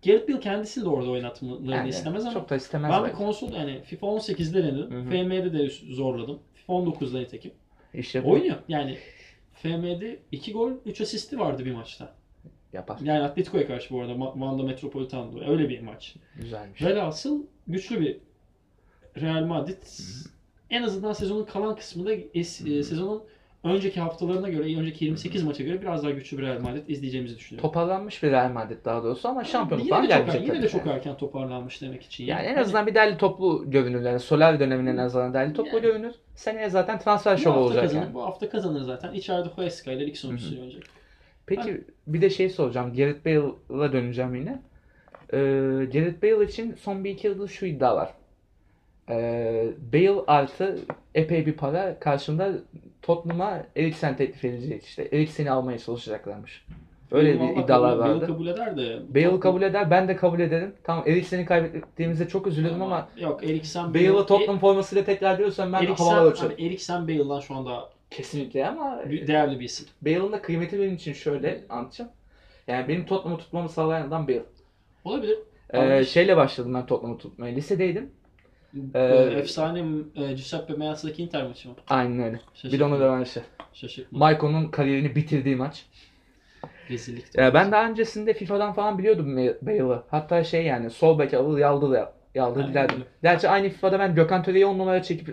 [SPEAKER 2] Gareth Bale kendisini de orada oynatmalarını
[SPEAKER 1] Yani
[SPEAKER 2] istemez ama
[SPEAKER 1] Çok da istemez
[SPEAKER 2] ben bir
[SPEAKER 1] belki.
[SPEAKER 2] konsol yani FIFA 18'de
[SPEAKER 1] Hı
[SPEAKER 2] denedim.
[SPEAKER 1] hı.
[SPEAKER 2] FM'de de zorladım. FIFA 19'da nitekim.
[SPEAKER 1] İşte bu
[SPEAKER 2] Oynuyor. Yani FM'de 2 gol 3 asisti vardı bir maçta.
[SPEAKER 1] yapar.
[SPEAKER 2] Yani Atletico'ya karşı bu arada Ma- Wanda Metropolitano'da öyle bir maç.
[SPEAKER 1] Güzelmiş.
[SPEAKER 2] Velhasıl güçlü bir Real Madrid en azından sezonun kalan kısmında
[SPEAKER 1] Hı
[SPEAKER 2] es-
[SPEAKER 1] hı.
[SPEAKER 2] e, sezonun önceki haftalarına göre, önceki 28 maça göre biraz daha güçlü bir Real Madrid izleyeceğimizi düşünüyorum.
[SPEAKER 1] Toparlanmış bir Real Madrid daha doğrusu ama şampiyonluktan
[SPEAKER 2] yine de, çok,
[SPEAKER 1] gelmeyecek.
[SPEAKER 2] yine de
[SPEAKER 1] tabii
[SPEAKER 2] çok
[SPEAKER 1] yani.
[SPEAKER 2] erken toparlanmış demek için. Hani
[SPEAKER 1] Yani en azından bir derli toplu görünür. Yani Solar döneminin en azından derli toplu
[SPEAKER 2] Yani.
[SPEAKER 1] görünür. Seneye zaten transfer
[SPEAKER 2] bu
[SPEAKER 1] şovu
[SPEAKER 2] hafta,
[SPEAKER 1] olacak
[SPEAKER 2] kazanır,
[SPEAKER 1] yani.
[SPEAKER 2] bu hafta kazanır zaten. İçeride Huesca ile lig sonuçları oynayacak.
[SPEAKER 1] Peki bir de şey soracağım. Gareth Bale'a döneceğim yine. Ee, Gareth Bale için son bir iki yıldır şu iddia var. Ee, Bale artı epey bir para karşında Tottenham'a Eriksen teklif edecek işte. Eriksen'i almaya çalışacaklarmış. Öyle
[SPEAKER 2] Vallahi
[SPEAKER 1] bir iddialar
[SPEAKER 2] Bale- Bale
[SPEAKER 1] vardı.
[SPEAKER 2] kabul eder de.
[SPEAKER 1] Bale kabul eder, ben de kabul ederim. Tamam Eriksen'i kaybettiğimizde çok üzülürüm ama
[SPEAKER 2] Yok Eriksen
[SPEAKER 1] Bale'ı Tottenham formasıyla tekrar diyorsan ben
[SPEAKER 2] Eriksen,
[SPEAKER 1] havalara uçarım.
[SPEAKER 2] hani Eriksen Bale'dan şu anda
[SPEAKER 1] Kesinlikle ama
[SPEAKER 2] değerli bir isim.
[SPEAKER 1] Bale'ın da kıymeti benim için şöyle anlatacağım. Yani benim Tottenham'ı tutmamı sağlayan adam Bale.
[SPEAKER 2] Olabilir.
[SPEAKER 1] Ee,
[SPEAKER 2] Abi-
[SPEAKER 1] şeyle başladım ben Tottenham'ı tutmaya. Lisedeydim. Ee,
[SPEAKER 2] Efsane e, Giuseppe Meazza'daki Inter maçı mı?
[SPEAKER 1] Aynen öyle. Bir de
[SPEAKER 2] Şaşırtma.
[SPEAKER 1] onu rövanşı.
[SPEAKER 2] Şaşırtma.
[SPEAKER 1] Maiko'nun kariyerini bitirdiği maç.
[SPEAKER 2] Rezillik.
[SPEAKER 1] Ee, ben daha öncesinde FIFA'dan falan biliyordum Ma- Bale'ı. Hatta şey yani sol bek alır yaldır ya- yaldır
[SPEAKER 2] Aynen
[SPEAKER 1] giderdim.
[SPEAKER 2] öyle.
[SPEAKER 1] Gerçi aynı FIFA'da ben Gökhan Töre'yi 10 numara çekip e,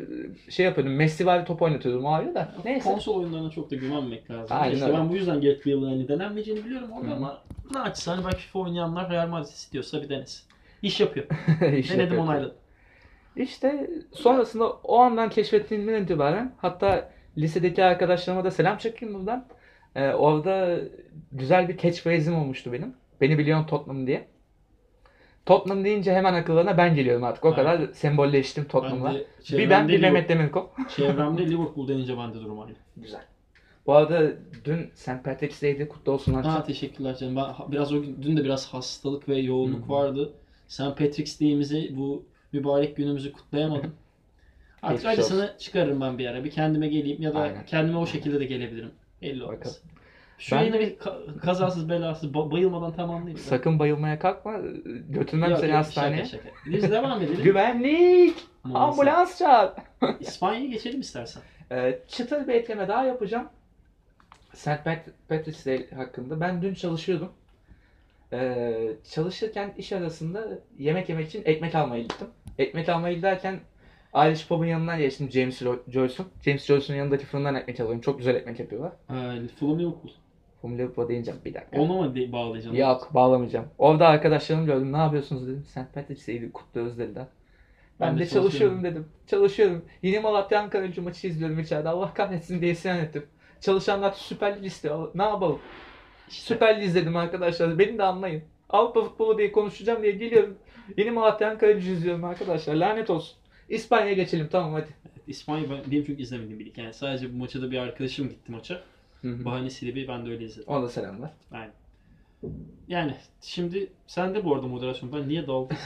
[SPEAKER 1] şey yapıyordum. Messi var top oynatıyordum o ayrı da. Neyse.
[SPEAKER 2] Konsol oyunlarına çok da güvenmek lazım.
[SPEAKER 1] Aynen
[SPEAKER 2] işte
[SPEAKER 1] öyle.
[SPEAKER 2] ben bu yüzden Gareth Bale'ın hani denenmeyeceğini biliyorum orada
[SPEAKER 1] Hı.
[SPEAKER 2] ama ne açsa hani belki FIFA oynayanlar Real Madrid istiyorsa bir denesin. İş yapıyor.
[SPEAKER 1] İş
[SPEAKER 2] Denedim
[SPEAKER 1] yapıyordum.
[SPEAKER 2] onayladım.
[SPEAKER 1] İşte sonrasında o andan keşfettiğimden itibaren hatta lisedeki arkadaşlarıma da selam çakayım buradan. Ee, orada güzel bir catchphrase'im olmuştu benim. Beni biliyorsun Tottenham diye. Tottenham deyince hemen akıllarına ben geliyorum artık. O
[SPEAKER 2] Aynen.
[SPEAKER 1] kadar sembolleştim Tottenham'la.
[SPEAKER 2] Ben de
[SPEAKER 1] Bir ben
[SPEAKER 2] çevremde
[SPEAKER 1] bir
[SPEAKER 2] Liverpool-
[SPEAKER 1] Mehmet Demirkol.
[SPEAKER 2] Çevremde Liverpool denince ben de durum aynı.
[SPEAKER 1] Güzel. Bu arada dün St. Patrick's Day'de kutlu olsun
[SPEAKER 2] Ha
[SPEAKER 1] Hakan.
[SPEAKER 2] teşekkürler canım. Ben ha- biraz o gün, dün de biraz hastalık ve yoğunluk
[SPEAKER 1] Hı hı.
[SPEAKER 2] vardı. St. Patrick's Day'imizi bu mübarek günümüzü kutlayamadım. Artık
[SPEAKER 1] Geçmiş olsun.
[SPEAKER 2] acısını çıkarırım ben bir ara. Bir kendime geleyim ya da
[SPEAKER 1] Aynen.
[SPEAKER 2] kendime o şekilde de gelebilirim. Belli olmaz.
[SPEAKER 1] Bakalım.
[SPEAKER 2] Şu
[SPEAKER 1] Ben
[SPEAKER 2] yayını
[SPEAKER 1] de-
[SPEAKER 2] bir ka- kazasız belasız ba- bayılmadan tamamlayayım. ben.
[SPEAKER 1] Sakın bayılmaya kalkma. Götürmem
[SPEAKER 2] Yok,
[SPEAKER 1] seni
[SPEAKER 2] yok,
[SPEAKER 1] hastaneye.
[SPEAKER 2] Şaka şaka. Biz devam edelim.
[SPEAKER 1] Güvenlik!
[SPEAKER 2] Maalesef.
[SPEAKER 1] Ambulans çağır!
[SPEAKER 2] İspanya'ya geçelim istersen.
[SPEAKER 1] Ee, çıtır bir ekleme daha yapacağım. St. Pat- Patrick's Day hakkında. Ben dün çalışıyordum. Ee, çalışırken iş arasında yemek yemek için ekmek almaya gittim. Ekmek almaya giderken Irish Pub'un yanından geçtim James Lo- Joyce'un. James Joyce'un yanındaki fırından ekmek alıyorum. Çok güzel ekmek yapıyorlar.
[SPEAKER 2] Ee, Fulham Liverpool.
[SPEAKER 1] Humble Pub'a deyince bir dakika.
[SPEAKER 2] Ona mı de- bağlayacağım?
[SPEAKER 1] Yok bağlamayacağım. Orada arkadaşlarım gördüm. Ne yapıyorsunuz dedim. St. Patrick's Day'i kutluyoruz dediler. Ben, de, çalışıyorum dedim. Çalışıyorum. Yine Malatya Ankara gücü maçı izliyorum içeride. Allah kahretsin diye isyan ettim. Çalışanlar Süper Lig istiyor. Ne yapalım?
[SPEAKER 2] İşte.
[SPEAKER 1] Süper Lig izledim arkadaşlar. Beni de anlayın. Avrupa futbolu diye konuşacağım diye geliyorum. Yeni Malatya Ankara gücü izliyorum arkadaşlar. Lanet olsun. İspanya'ya geçelim tamam hadi.
[SPEAKER 2] İspanya ben, benim çünkü izlemediğim bir lig. Yani sadece bu maça da bir arkadaşım gitti maça. Bahanesiyle bir ben de öyle izledim.
[SPEAKER 1] Ona da selamlar.
[SPEAKER 2] Yani şimdi sen de bu arada moderasyon. Ben niye daldım?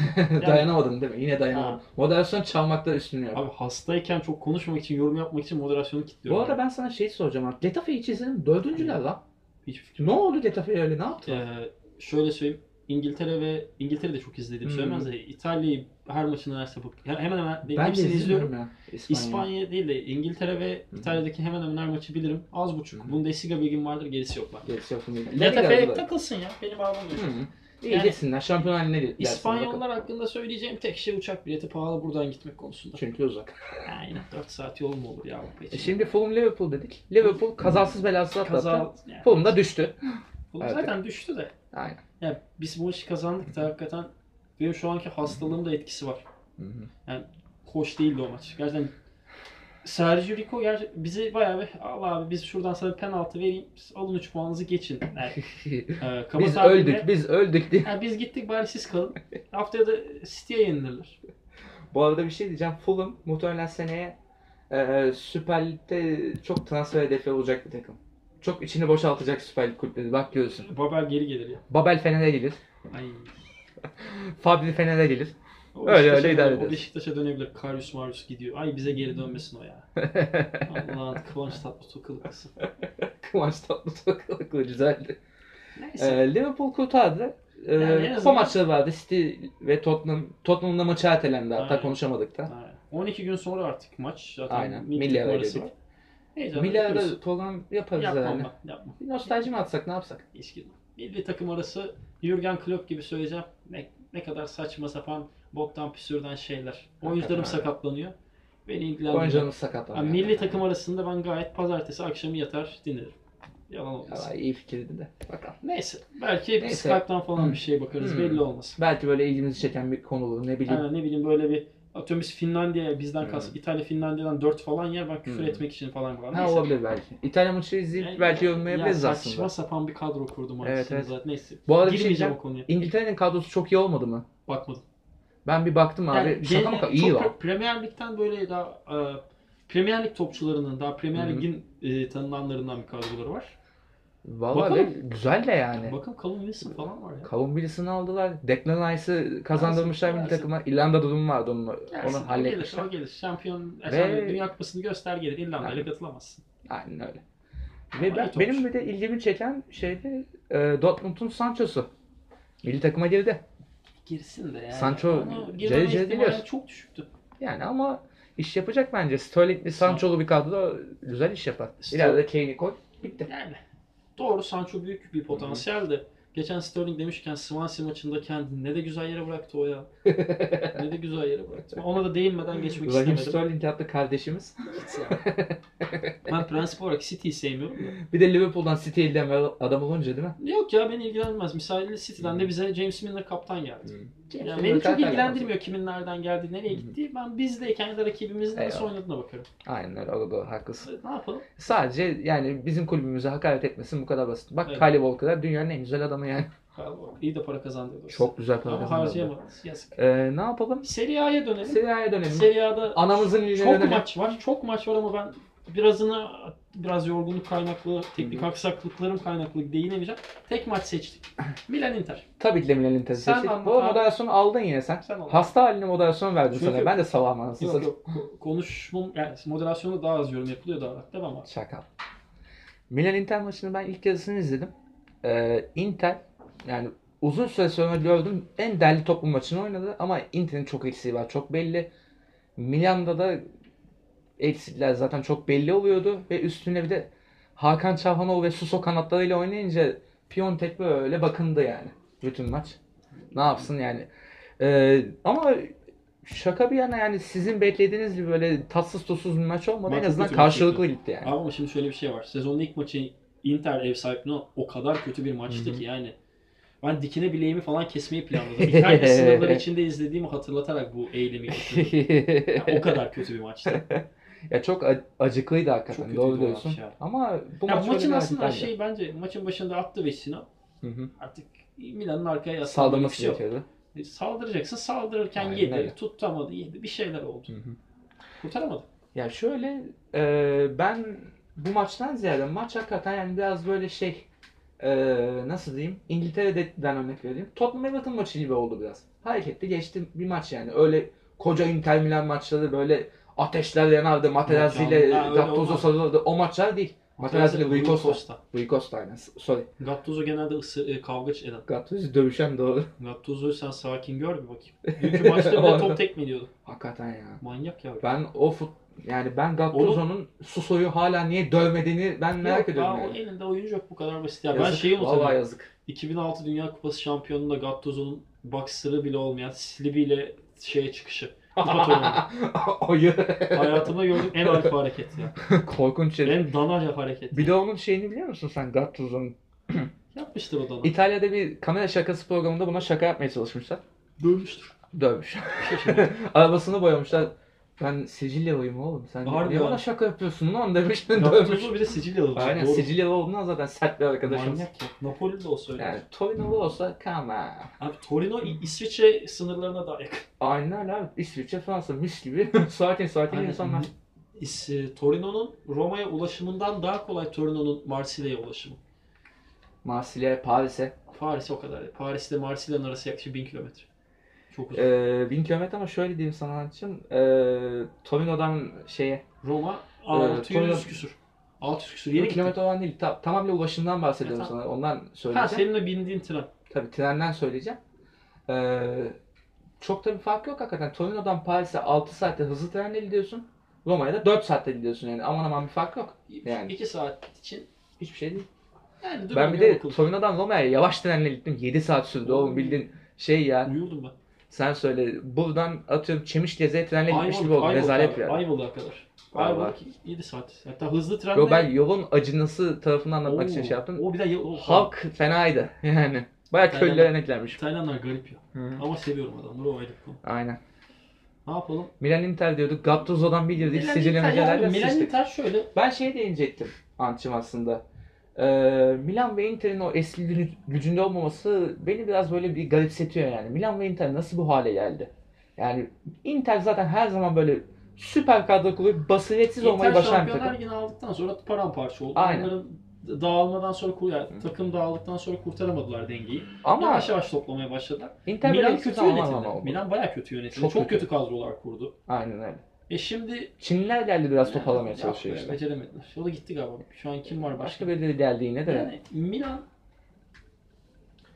[SPEAKER 1] dayanamadım değil mi? Yine dayanamadım.
[SPEAKER 2] Ha.
[SPEAKER 1] Moderasyon çalmakta üstünü yok.
[SPEAKER 2] Abi hastayken çok konuşmamak için, yorum yapmak için moderasyonu
[SPEAKER 1] Bu
[SPEAKER 2] kilitliyorum.
[SPEAKER 1] arada ben sana şey soracağım abi. Getafe hiç izledim. Dördüncüler lan.
[SPEAKER 2] Hiç fikrim
[SPEAKER 1] Ne oldu Getafe'ye öyle ne yaptı?
[SPEAKER 2] Ee, şöyle söyleyeyim. İngiltere ve İngiltere'de çok izlediğim
[SPEAKER 1] Hmm.
[SPEAKER 2] söylemez de İtalya'yı her maçını neredeyse bak- he- hemen hemen
[SPEAKER 1] Ben de
[SPEAKER 2] hepsini izliyorum.
[SPEAKER 1] izliyorum ya. İspanya.
[SPEAKER 2] İspanya değil de İngiltere ve
[SPEAKER 1] Hı.
[SPEAKER 2] İtalya'daki hemen hemen her maçı bilirim. Az buçuk.
[SPEAKER 1] Hı.
[SPEAKER 2] Bundesliga bilgim vardır gerisi yok bende.
[SPEAKER 1] Gerisi yok.
[SPEAKER 2] LTF'ye takılsın ya. Benim babam yok.
[SPEAKER 1] Hı. İyi
[SPEAKER 2] Yani-
[SPEAKER 1] gitsinler. Şampiyon haline gelsin.
[SPEAKER 2] İspanyollar hakkında söyleyeceğim tek şey uçak bileti pahalı buradan gitmek konusunda.
[SPEAKER 1] Çünkü uzak.
[SPEAKER 2] Aynen 4 saat yol mu olur ya Avrupa için?
[SPEAKER 1] E Şimdi Fulham Liverpool dedik. Liverpool kazasız belasız atlattı.
[SPEAKER 2] kaza yani,
[SPEAKER 1] Fulham da düştü.
[SPEAKER 2] Fulham zaten düştü de.
[SPEAKER 1] Aynen.
[SPEAKER 2] Yani biz bu işi kazandık da hakikaten benim şu anki hastalığımda etkisi var. hoş değildi o maç. Gerçekten Sergio Rico ger- bizi bayağı bir al abi biz şuradan sana bir penaltı vereyim. Siz alın 3 puanınızı geçin. Yani, e, kaba
[SPEAKER 1] biz
[SPEAKER 2] tabirle-
[SPEAKER 1] öldük, biz öldük diye.
[SPEAKER 2] Yani biz gittik bari siz kalın. Haftaya da City'ye yenilirler.
[SPEAKER 1] Bu arada bir şey diyeceğim. Fulham muhtemelen seneye e, Süper Lig'de çok transfer hedefi olacak bir takım. Çok içini boşaltacak Süper Lig kulüpleri. Bak görürsün.
[SPEAKER 2] Babel geri gelir ya.
[SPEAKER 1] Babel Fener'e gelir.
[SPEAKER 2] Ay.
[SPEAKER 1] Fabri Fener'e gelir.
[SPEAKER 2] O
[SPEAKER 1] Öyle,
[SPEAKER 2] Beşiktaş'a
[SPEAKER 1] öyle
[SPEAKER 2] dön-
[SPEAKER 1] idare
[SPEAKER 2] o
[SPEAKER 1] ederiz.
[SPEAKER 2] Beşiktaş'a dönebilir. Karius Marius gidiyor. Ay bize geri dönmesin o ya. Allah'ın kıvanç tatlı tokalı kızı.
[SPEAKER 1] Kıvanç Tatlıtuğ güzeldi.
[SPEAKER 2] Neyse.
[SPEAKER 1] E, Liverpool kurtardı. E,
[SPEAKER 2] Yani en
[SPEAKER 1] kupa
[SPEAKER 2] azından-
[SPEAKER 1] maçları vardı. City ve Tottenham. Tottenham'da maçı ertelendi hatta
[SPEAKER 2] Aynen.
[SPEAKER 1] konuşamadık da.
[SPEAKER 2] Aynen. 12 gün sonra artık maç. Zaten
[SPEAKER 1] Aynen.
[SPEAKER 2] milli
[SPEAKER 1] Milli
[SPEAKER 2] takım
[SPEAKER 1] ara
[SPEAKER 2] arası
[SPEAKER 1] dedik.
[SPEAKER 2] var. Heyecanla bekliyoruz.
[SPEAKER 1] Milyarda Tolan yaparız herhalde.
[SPEAKER 2] Yapmam ben. Yapmam.
[SPEAKER 1] Bir nostalji mi atsak ne yapsak?
[SPEAKER 2] Hiç girmem. Milli takım arası Jürgen Klopp gibi söyleyeceğim. Ne, ne kadar saçma sapan boktan püsürden şeyler. Oyuncularım
[SPEAKER 1] öyle.
[SPEAKER 2] sakatlanıyor. Beni ilgilendirmiyor.
[SPEAKER 1] Oyuncularımız sakatlandı.
[SPEAKER 2] Yani milli takım arasında ben gayet pazartesi akşamı yatar dinlerim. Yalan olmasın.
[SPEAKER 1] Valla iyi fikirdi de. Bakalım.
[SPEAKER 2] Neyse. Belki
[SPEAKER 1] Neyse.
[SPEAKER 2] Skype'dan falan bir şey bakarız.
[SPEAKER 1] Hmm.
[SPEAKER 2] Belli olmasın.
[SPEAKER 1] Belki böyle ilgimizi çeken bir konu olur ne bileyim.
[SPEAKER 2] Yani ne bileyim böyle bir atıyorum biz Finlandiya bizden
[SPEAKER 1] Hmm.
[SPEAKER 2] kalsın. İtalya Finlandiya'dan 4 falan yer. Ben küfür
[SPEAKER 1] Hmm.
[SPEAKER 2] etmek için falan var.
[SPEAKER 1] Ha olabilir belki. İtalya maçı izleyip
[SPEAKER 2] Yani-
[SPEAKER 1] belki
[SPEAKER 2] Ya
[SPEAKER 1] yorumlayabiliriz
[SPEAKER 2] Saçma
[SPEAKER 1] aslında.
[SPEAKER 2] sapan bir kadro kurdum
[SPEAKER 1] Evet,
[SPEAKER 2] aslında
[SPEAKER 1] evet.
[SPEAKER 2] zaten. Neyse.
[SPEAKER 1] Bu arada bir şey
[SPEAKER 2] Girmeyeceğim
[SPEAKER 1] diyeceğim.
[SPEAKER 2] o konuya.
[SPEAKER 1] İngiltere'nin kadrosu çok iyi olmadı mı?
[SPEAKER 2] Bakmadım.
[SPEAKER 1] Ben bir baktım abi.
[SPEAKER 2] Yani
[SPEAKER 1] Şaka
[SPEAKER 2] gene
[SPEAKER 1] mı?
[SPEAKER 2] çok
[SPEAKER 1] İyi var.
[SPEAKER 2] pre- Premier Lig'den böyle daha e, Premier Lig topçularının daha
[SPEAKER 1] Hı
[SPEAKER 2] Premier
[SPEAKER 1] hı.
[SPEAKER 2] Lig'in e, tanınanlarından bir kadroları var.
[SPEAKER 1] Valla
[SPEAKER 2] Bakalım.
[SPEAKER 1] be, güzel de yani.
[SPEAKER 2] Bakın Callum Wilson falan var ya.
[SPEAKER 1] Kavun birisini aldılar. Declan Rice'ı kazandırmışlar
[SPEAKER 2] Gelsin,
[SPEAKER 1] milli
[SPEAKER 2] gelsin.
[SPEAKER 1] takıma. İrlanda durumu vardı onu.
[SPEAKER 2] Gelsin,
[SPEAKER 1] Onu
[SPEAKER 2] o gelir,
[SPEAKER 1] halletmişler.
[SPEAKER 2] o gelir. Şampiyon,
[SPEAKER 1] Ve-
[SPEAKER 2] şampiyon- Dünya Kupası'nı göster gelir. İrlanda'yla
[SPEAKER 1] Aynen.
[SPEAKER 2] katılamazsın.
[SPEAKER 1] Aynen öyle.
[SPEAKER 2] Ama
[SPEAKER 1] Ve ben,
[SPEAKER 2] iyi topçu.
[SPEAKER 1] benim bir de ilgimi çeken şey de e, Dortmund'un Sancho'su. Milli takıma girdi.
[SPEAKER 2] Girsin de yani.
[SPEAKER 1] Sancho
[SPEAKER 2] Onu girmeme
[SPEAKER 1] cayır cayır
[SPEAKER 2] ihtimali
[SPEAKER 1] geliyor.
[SPEAKER 2] çok düşüktü.
[SPEAKER 1] Yani ama iş yapacak bence. Sterling'li Sancho'lu bir kadro güzel iş yapar.
[SPEAKER 2] Ster-
[SPEAKER 1] İleride Kane'i koy. Bitti.
[SPEAKER 2] Yani doğru Sancho büyük bir potansiyeldi. Geçen Sterling demişken Swansea maçında kendini ne de güzel yere bıraktı o ya. ne de güzel yere bıraktı. Ona da değinmeden geçmek
[SPEAKER 1] Rahim
[SPEAKER 2] istemedim.
[SPEAKER 1] Sterling adlı kardeşimiz.
[SPEAKER 2] ben prensip olarak City'yi sevmiyorum. da.
[SPEAKER 1] Bir de Liverpool'dan City'ye giden bir adam olunca değil mi?
[SPEAKER 2] Yok ya beni ilgilenmez. Misal City'den de bize James Milner kaptan geldi. Hmm. Yani beni
[SPEAKER 1] Liverpool
[SPEAKER 2] çok
[SPEAKER 1] zaten
[SPEAKER 2] ilgilendirmiyor kimin nereden geldi, nereye
[SPEAKER 1] Hı hı.
[SPEAKER 2] gitti. Ben bizdeyken ya da rakibimizin nasıl
[SPEAKER 1] Eyvallah.
[SPEAKER 2] oynadığına bakarım.
[SPEAKER 1] Aynen öyle orada haklısın.
[SPEAKER 2] Ne yapalım?
[SPEAKER 1] Sadece yani bizim kulübümüze hakaret etmesin bu kadar basit. Bak
[SPEAKER 2] Evet.
[SPEAKER 1] Kyle Walker'a dünyanın en güzel adamı yani.
[SPEAKER 2] İyi de para kazandı.
[SPEAKER 1] Çok güzel para
[SPEAKER 2] Ama
[SPEAKER 1] kazandı.
[SPEAKER 2] harcayamadı. Yazık.
[SPEAKER 1] Ee, ne yapalım?
[SPEAKER 2] Serie A'ya dönelim.
[SPEAKER 1] Serie A'ya dönelim.
[SPEAKER 2] Serie A'da
[SPEAKER 1] Anamızın iline
[SPEAKER 2] Şey- çok
[SPEAKER 1] dönelim.
[SPEAKER 2] maç var. Çok maç var ama ben birazını biraz yorgunluk kaynaklı, teknik aksaklıklarım kaynaklı değinemeyeceğim. Tek maç seçtik. Milan Inter.
[SPEAKER 1] Tabii ki de Milan'ın tezi
[SPEAKER 2] Sen
[SPEAKER 1] seçtik.
[SPEAKER 2] anlat
[SPEAKER 1] Bu
[SPEAKER 2] abi.
[SPEAKER 1] moderasyonu aldın yine sen.
[SPEAKER 2] Sen anlat.
[SPEAKER 1] Hasta haline moderasyon verdim
[SPEAKER 2] Çünkü-
[SPEAKER 1] sana. Ben de salam anasını
[SPEAKER 2] Yok
[SPEAKER 1] satayım.
[SPEAKER 2] yok. Ko- Konuşmam yani moderasyonda daha az yorum yapılıyor da devam abi.
[SPEAKER 1] Şaka. Milan Inter maçını ben ilk yarısını izledim. Ee, Inter yani uzun süre sonra gördüm en değerli toplu maçını oynadı ama Inter'in çok eksiği var çok belli. Milan'da da eksikler zaten çok belli oluyordu ve üstüne bir de Hakan Çalhanoğlu ve Suso kanatlarıyla oynayınca Piontek böyle bakındı yani bütün maç. Ne yapsın yani. Ee, ama şaka bir yana yani sizin beklediğiniz gibi böyle tatsız tuzsuz bir maç olmadı.
[SPEAKER 2] Maç
[SPEAKER 1] en azından
[SPEAKER 2] kötü, maç
[SPEAKER 1] karşılıklı
[SPEAKER 2] kötü.
[SPEAKER 1] gitti yani.
[SPEAKER 2] Abi ama şimdi şöyle bir şey var. Sezonun ilk maçı Inter ev sahipliğine o kadar kötü bir maçtı
[SPEAKER 1] Hı hı.
[SPEAKER 2] ki yani. Ben dikine bileğimi falan kesmeyi planladım. İtalya sınırları içinde izlediğimi hatırlatarak bu eylemi getirdim. Yani o kadar kötü bir maçtı.
[SPEAKER 1] ya çok ac- acıklıydı hakikaten.
[SPEAKER 2] Çok kötüydü o
[SPEAKER 1] Doğru
[SPEAKER 2] maç
[SPEAKER 1] diyorsun.
[SPEAKER 2] ya.
[SPEAKER 1] Ama bu
[SPEAKER 2] ya
[SPEAKER 1] maç
[SPEAKER 2] maçın
[SPEAKER 1] öyle bir
[SPEAKER 2] aslında
[SPEAKER 1] acıklıydı.
[SPEAKER 2] şey bence maçın başında attı Vecino.
[SPEAKER 1] Hı hı.
[SPEAKER 2] Artık Milan'ın arkaya yaslanmak
[SPEAKER 1] saldırması
[SPEAKER 2] istiyor.
[SPEAKER 1] gerekiyordu.
[SPEAKER 2] Saldıracaksın. E, Saldırırken
[SPEAKER 1] Aynen
[SPEAKER 2] yedi.
[SPEAKER 1] öyle.
[SPEAKER 2] Tutamadı yedi. Bir şeyler oldu.
[SPEAKER 1] Hı hı.
[SPEAKER 2] Kurtaramadı.
[SPEAKER 1] Ya şöyle e, ben bu maçtan ziyade maç hakikaten yani biraz böyle şey e, nasıl diyeyim İngiltere'den örnek vereyim. Tottenham Everton maçı gibi oldu biraz. Hareketli geçti bir maç yani. Öyle koca Inter Milan maçları böyle ateşler yanardı. Materazzi ile
[SPEAKER 2] Yok canım, ha, öyle
[SPEAKER 1] Gattuso
[SPEAKER 2] olmaz.
[SPEAKER 1] sarılırdı. O maçlar değil. Materazzi ile Rui Costa. Rui Costa aynen. Sorry.
[SPEAKER 2] Gattuso genelde ısı, e, kavga eden.
[SPEAKER 1] Gattuso dövüşen doğru.
[SPEAKER 2] Gattuso'yu sen sakin gör bir bakayım. Dünkü maçta bile top tekme diyordu.
[SPEAKER 1] Hakikaten ya.
[SPEAKER 2] Manyak ya.
[SPEAKER 1] Ben o fut yani ben Gattuso'nun Suso'yu hala niye dövmediğini ben merak
[SPEAKER 2] Yok,
[SPEAKER 1] ediyorum.
[SPEAKER 2] aa,
[SPEAKER 1] yani.
[SPEAKER 2] o elinde oyuncu yok bu kadar basit. Ya ben
[SPEAKER 1] Yazık,
[SPEAKER 2] şeyi
[SPEAKER 1] Vallahi
[SPEAKER 2] unutamıyorum.
[SPEAKER 1] yazık.
[SPEAKER 2] 2006 Dünya Kupası şampiyonunda Gattuso'nun boxer'ı bile olmayan Slibi ile şeye çıkışı. Kupa turnuvası.
[SPEAKER 1] Ayı.
[SPEAKER 2] Hayatımda gördüğüm en alfa hareket ya.
[SPEAKER 1] Korkunç şey.
[SPEAKER 2] En danaca hareket.
[SPEAKER 1] Bir de onun şeyini biliyor musun sen Gattuso'nun?
[SPEAKER 2] Yapmıştır o dana.
[SPEAKER 1] İtalya'da bir kamera şakası programında buna şaka yapmaya çalışmışlar.
[SPEAKER 2] Dövmüştür.
[SPEAKER 1] Dövmüş. Arabasını boyamışlar. Ben Sicilyalıyım oğlum. Sen
[SPEAKER 2] Harbi
[SPEAKER 1] niye
[SPEAKER 2] ya.
[SPEAKER 1] bana şaka yapıyorsun lan demiş beni dövmüş.
[SPEAKER 2] Gattuso bir de Sicilyalı olacak.
[SPEAKER 1] Aynen
[SPEAKER 2] doğru.
[SPEAKER 1] Sicilyalı olduğundan zaten sert bir arkadaşımız.
[SPEAKER 2] Manyak ya. Napoli'de olsa öyle.
[SPEAKER 1] Yani Torino'lu olsa kama.
[SPEAKER 2] Abi Torino İ- İsviçre sınırlarına da yakın.
[SPEAKER 1] Aynen abi İsviçre Fransa mis gibi sakin sakin
[SPEAKER 2] Aynen.
[SPEAKER 1] insanlar.
[SPEAKER 2] İs- e, Torino'nun Roma'ya ulaşımından daha kolay Torino'nun Marsilya'ya ulaşımı.
[SPEAKER 1] Marsilya, Paris'e.
[SPEAKER 2] Paris'e o kadar. Paris'te Marsilya'nın arası yaklaşık 1000 kilometre. Çok uzak.
[SPEAKER 1] Ee, 1000 kilometre ama şöyle diyeyim sana Hancım. Ee, Torino'dan şeye.
[SPEAKER 2] Roma
[SPEAKER 1] Torino-
[SPEAKER 2] 600 küsür. 600 küsür. Yeni
[SPEAKER 1] Yeni
[SPEAKER 2] gittim.
[SPEAKER 1] kilometre olan değil. Ta- tamamıyla ulaşımdan bahsediyorum
[SPEAKER 2] Ya,
[SPEAKER 1] sana. Ondan
[SPEAKER 2] Ha
[SPEAKER 1] söyleyeceğim.
[SPEAKER 2] seninle bindiğin tren.
[SPEAKER 1] Tabii trenden söyleyeceğim. Ee, çok da bir fark yok hakikaten. Torino'dan Paris'e 6 saatte hızlı trenle gidiyorsun. Roma'ya da 4 saatte gidiyorsun yani. Aman aman bir fark yok. Yani.
[SPEAKER 2] 2 saat için.
[SPEAKER 1] Hiçbir şey değil.
[SPEAKER 2] Yani dur
[SPEAKER 1] ben bir
[SPEAKER 2] uyuyor
[SPEAKER 1] de
[SPEAKER 2] okul.
[SPEAKER 1] Torino'dan Roma'ya yavaş trenle gittim. 7 saat sürdü oğlum bildiğin şey ya.
[SPEAKER 2] Uyuyordum ben.
[SPEAKER 1] Sen söyle. Buradan atıyorum Çemişgeze'ye trenle gitmiş gibi
[SPEAKER 2] Ayvalık,
[SPEAKER 1] oldum. Rezalet
[SPEAKER 2] Ayvalık'a
[SPEAKER 1] bir yer.
[SPEAKER 2] Ayvalık'a kadar.
[SPEAKER 1] Vallahi.
[SPEAKER 2] Ayvalık 7 saat. Hatta hızlı trenle...
[SPEAKER 1] Yo, ben yolun acınası tarafını anlatmak için
[SPEAKER 2] Oo,
[SPEAKER 1] şey yaptım.
[SPEAKER 2] O bir de ya- o,
[SPEAKER 1] Halk fenaydı yani. Bayağı
[SPEAKER 2] Tayland-
[SPEAKER 1] köylülere eneklenmiş.
[SPEAKER 2] İtalyanlar garip ya.
[SPEAKER 1] Hı.
[SPEAKER 2] Ama seviyorum adamları o ayrı bir konu.
[SPEAKER 1] Aynen.
[SPEAKER 2] Ne yapalım?
[SPEAKER 1] Milan Inter diyorduk. Gattuso'dan bir girdik. Sicilya
[SPEAKER 2] ya,
[SPEAKER 1] mücadeleler
[SPEAKER 2] Milan
[SPEAKER 1] sıçtık.
[SPEAKER 2] Inter şöyle.
[SPEAKER 1] Ben şey değinecektim Ant'cığım aslında. Ee, Milan ve Inter'in o eski gü- gücünde olmaması beni biraz böyle bir garipsetiyor yani. Milan ve Inter nasıl bu hale geldi? Yani Inter zaten her zaman böyle süper kadro kurup basiretsiz olmayı
[SPEAKER 2] Inter
[SPEAKER 1] başaran bir takım.
[SPEAKER 2] Şampiyonlar Ligi'ni aldıktan sonra paramparça oldu.
[SPEAKER 1] Aynen.
[SPEAKER 2] Onların dağılmadan sonra kur- yani
[SPEAKER 1] Hı.
[SPEAKER 2] takım dağıldıktan sonra kurtaramadılar dengeyi.
[SPEAKER 1] Ama
[SPEAKER 2] Yavaş yavaş toplamaya başladılar.
[SPEAKER 1] Inter böyle
[SPEAKER 2] Milan
[SPEAKER 1] hiçbir
[SPEAKER 2] kötü
[SPEAKER 1] zaman
[SPEAKER 2] yönetildi.
[SPEAKER 1] alamama oldu.
[SPEAKER 2] Milan bayağı kötü yönetildi.
[SPEAKER 1] Çok
[SPEAKER 2] Çok,
[SPEAKER 1] kötü.
[SPEAKER 2] kötü. kadrolar kurdu.
[SPEAKER 1] Aynen öyle.
[SPEAKER 2] E şimdi
[SPEAKER 1] Çinliler geldi biraz top alamaya
[SPEAKER 2] Ya,
[SPEAKER 1] çalışıyor işte.
[SPEAKER 2] Beceremediler. O da gitti galiba. Şu an kim var başka?
[SPEAKER 1] Başka birileri geldi yine de.
[SPEAKER 2] Yani Milan